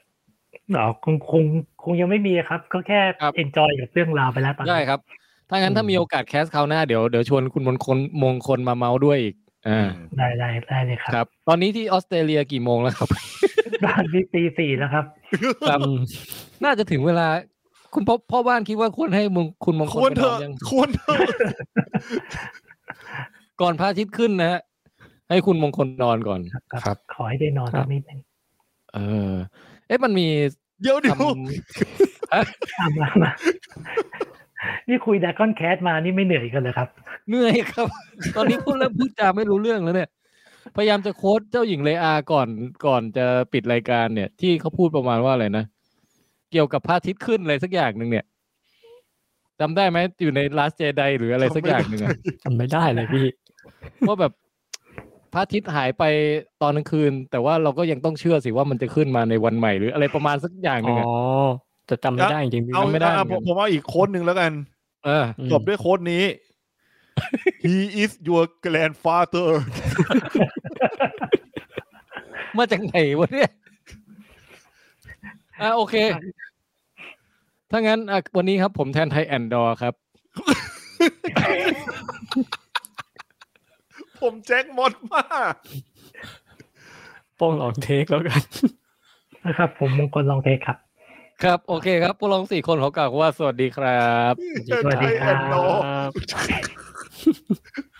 Speaker 4: อ๋อคงคงคงยังไม่มีครับ ก็แค่
Speaker 1: ครับ
Speaker 4: enjoy กับเรื่องราวไปแล้วตอนนี้
Speaker 1: ได้ครับ ถ้างั้นถ้ามีโอกาสแคสคราวหน้าเดี๋ยวเดี๋ยวชวนคุณมงคลมงคลมาเมาส์ด้วยอีก อ่า
Speaker 4: ได้ได้ได้เลยครับ
Speaker 1: ครับ ตอนนี้ที่ออสเตรเลียกี่โมงแล้ว ครับ
Speaker 4: บ้านนี้ตีสี่แล้วครับ
Speaker 1: ครับ น่าจะถึงเวลา คุณพ่อพ่อบ้านคิดว่าควรให้มงคุณมงค
Speaker 2: ค
Speaker 1: ล
Speaker 2: วร
Speaker 1: ไป
Speaker 2: เถ
Speaker 1: นอ
Speaker 2: อะ
Speaker 1: นยัง
Speaker 2: ควรเถอะ
Speaker 1: ก่อนพระอาทิตย์ขึ้นนะฮะให้คุณมงคลนอนก่อน
Speaker 2: ครับ
Speaker 4: ขอให้ได้นอน
Speaker 3: ครั
Speaker 4: สั
Speaker 3: บ
Speaker 4: กนิดหนึง
Speaker 1: เออ เอ๊ะมันมี
Speaker 2: เดี๋ยวเดี๋ยว
Speaker 1: คำ
Speaker 4: อ่ะมามานี่คุยดากอนแคสมานี่ไม่เหนื่อยกันเลยครับ
Speaker 1: เหนื่อยครับ ตอนนี้พูดแล้วพูดจาไม่รู้เรื่องแล้วเนี่ย พยายามจะโค้ดเจ้าหญิงเลอาก่อนก่อนจะปิดรายการเนี่ย ที่เขาพูดประมาณว่าอะไรนะ เกี่ยวกับพระอาทิตย์ขึ้นอะไรสักอย่างหนึ่งเนี่ยจำได้ไหมอยู่ใน last jedi หรืออะไรสักอย่างหนึ่งอะ
Speaker 3: จำไม่ได้เลยพี่
Speaker 1: ว่าแบบพระอาทิตย์หายไปตอนกลางคืน แต่ว่าเราก็ยังต้องเชื่อสิว่ามันจะขึ้นมาในวันใหม่หรืออะไรประมาณสักอย่างห
Speaker 3: อ๋
Speaker 1: นึ่
Speaker 3: อง
Speaker 1: อะ
Speaker 3: แต่จำไม่ได้จริงๆพี่
Speaker 2: เอา
Speaker 1: ไม่
Speaker 2: ไม่
Speaker 1: ได้
Speaker 2: ได้
Speaker 1: เหมือนกัน
Speaker 2: ผมเอาอีกโค้ดหนึ่งแล้วกัน
Speaker 1: เออ
Speaker 3: อืม
Speaker 2: จบด้วยโค้ดนี้ he is your grandfather
Speaker 1: มาจากไหนวะเนี่ยอ่ะโอเค ถ้างั้นอ่ะวันนี้ครับผมแทนไทยแอนดอร์ครับ
Speaker 2: ผมแจ็คหมดมาก
Speaker 3: โป้งลองเทคแล้ว กัน
Speaker 4: นะครับ ผมมงคลลองเทคครับ
Speaker 1: ครับ โอเคครับ พวกเราทั้งสี่คนขอกล่าวว่าสวัสดีครับ
Speaker 4: สวัสดี
Speaker 2: ไทยแอ
Speaker 4: ครับ
Speaker 2: นโน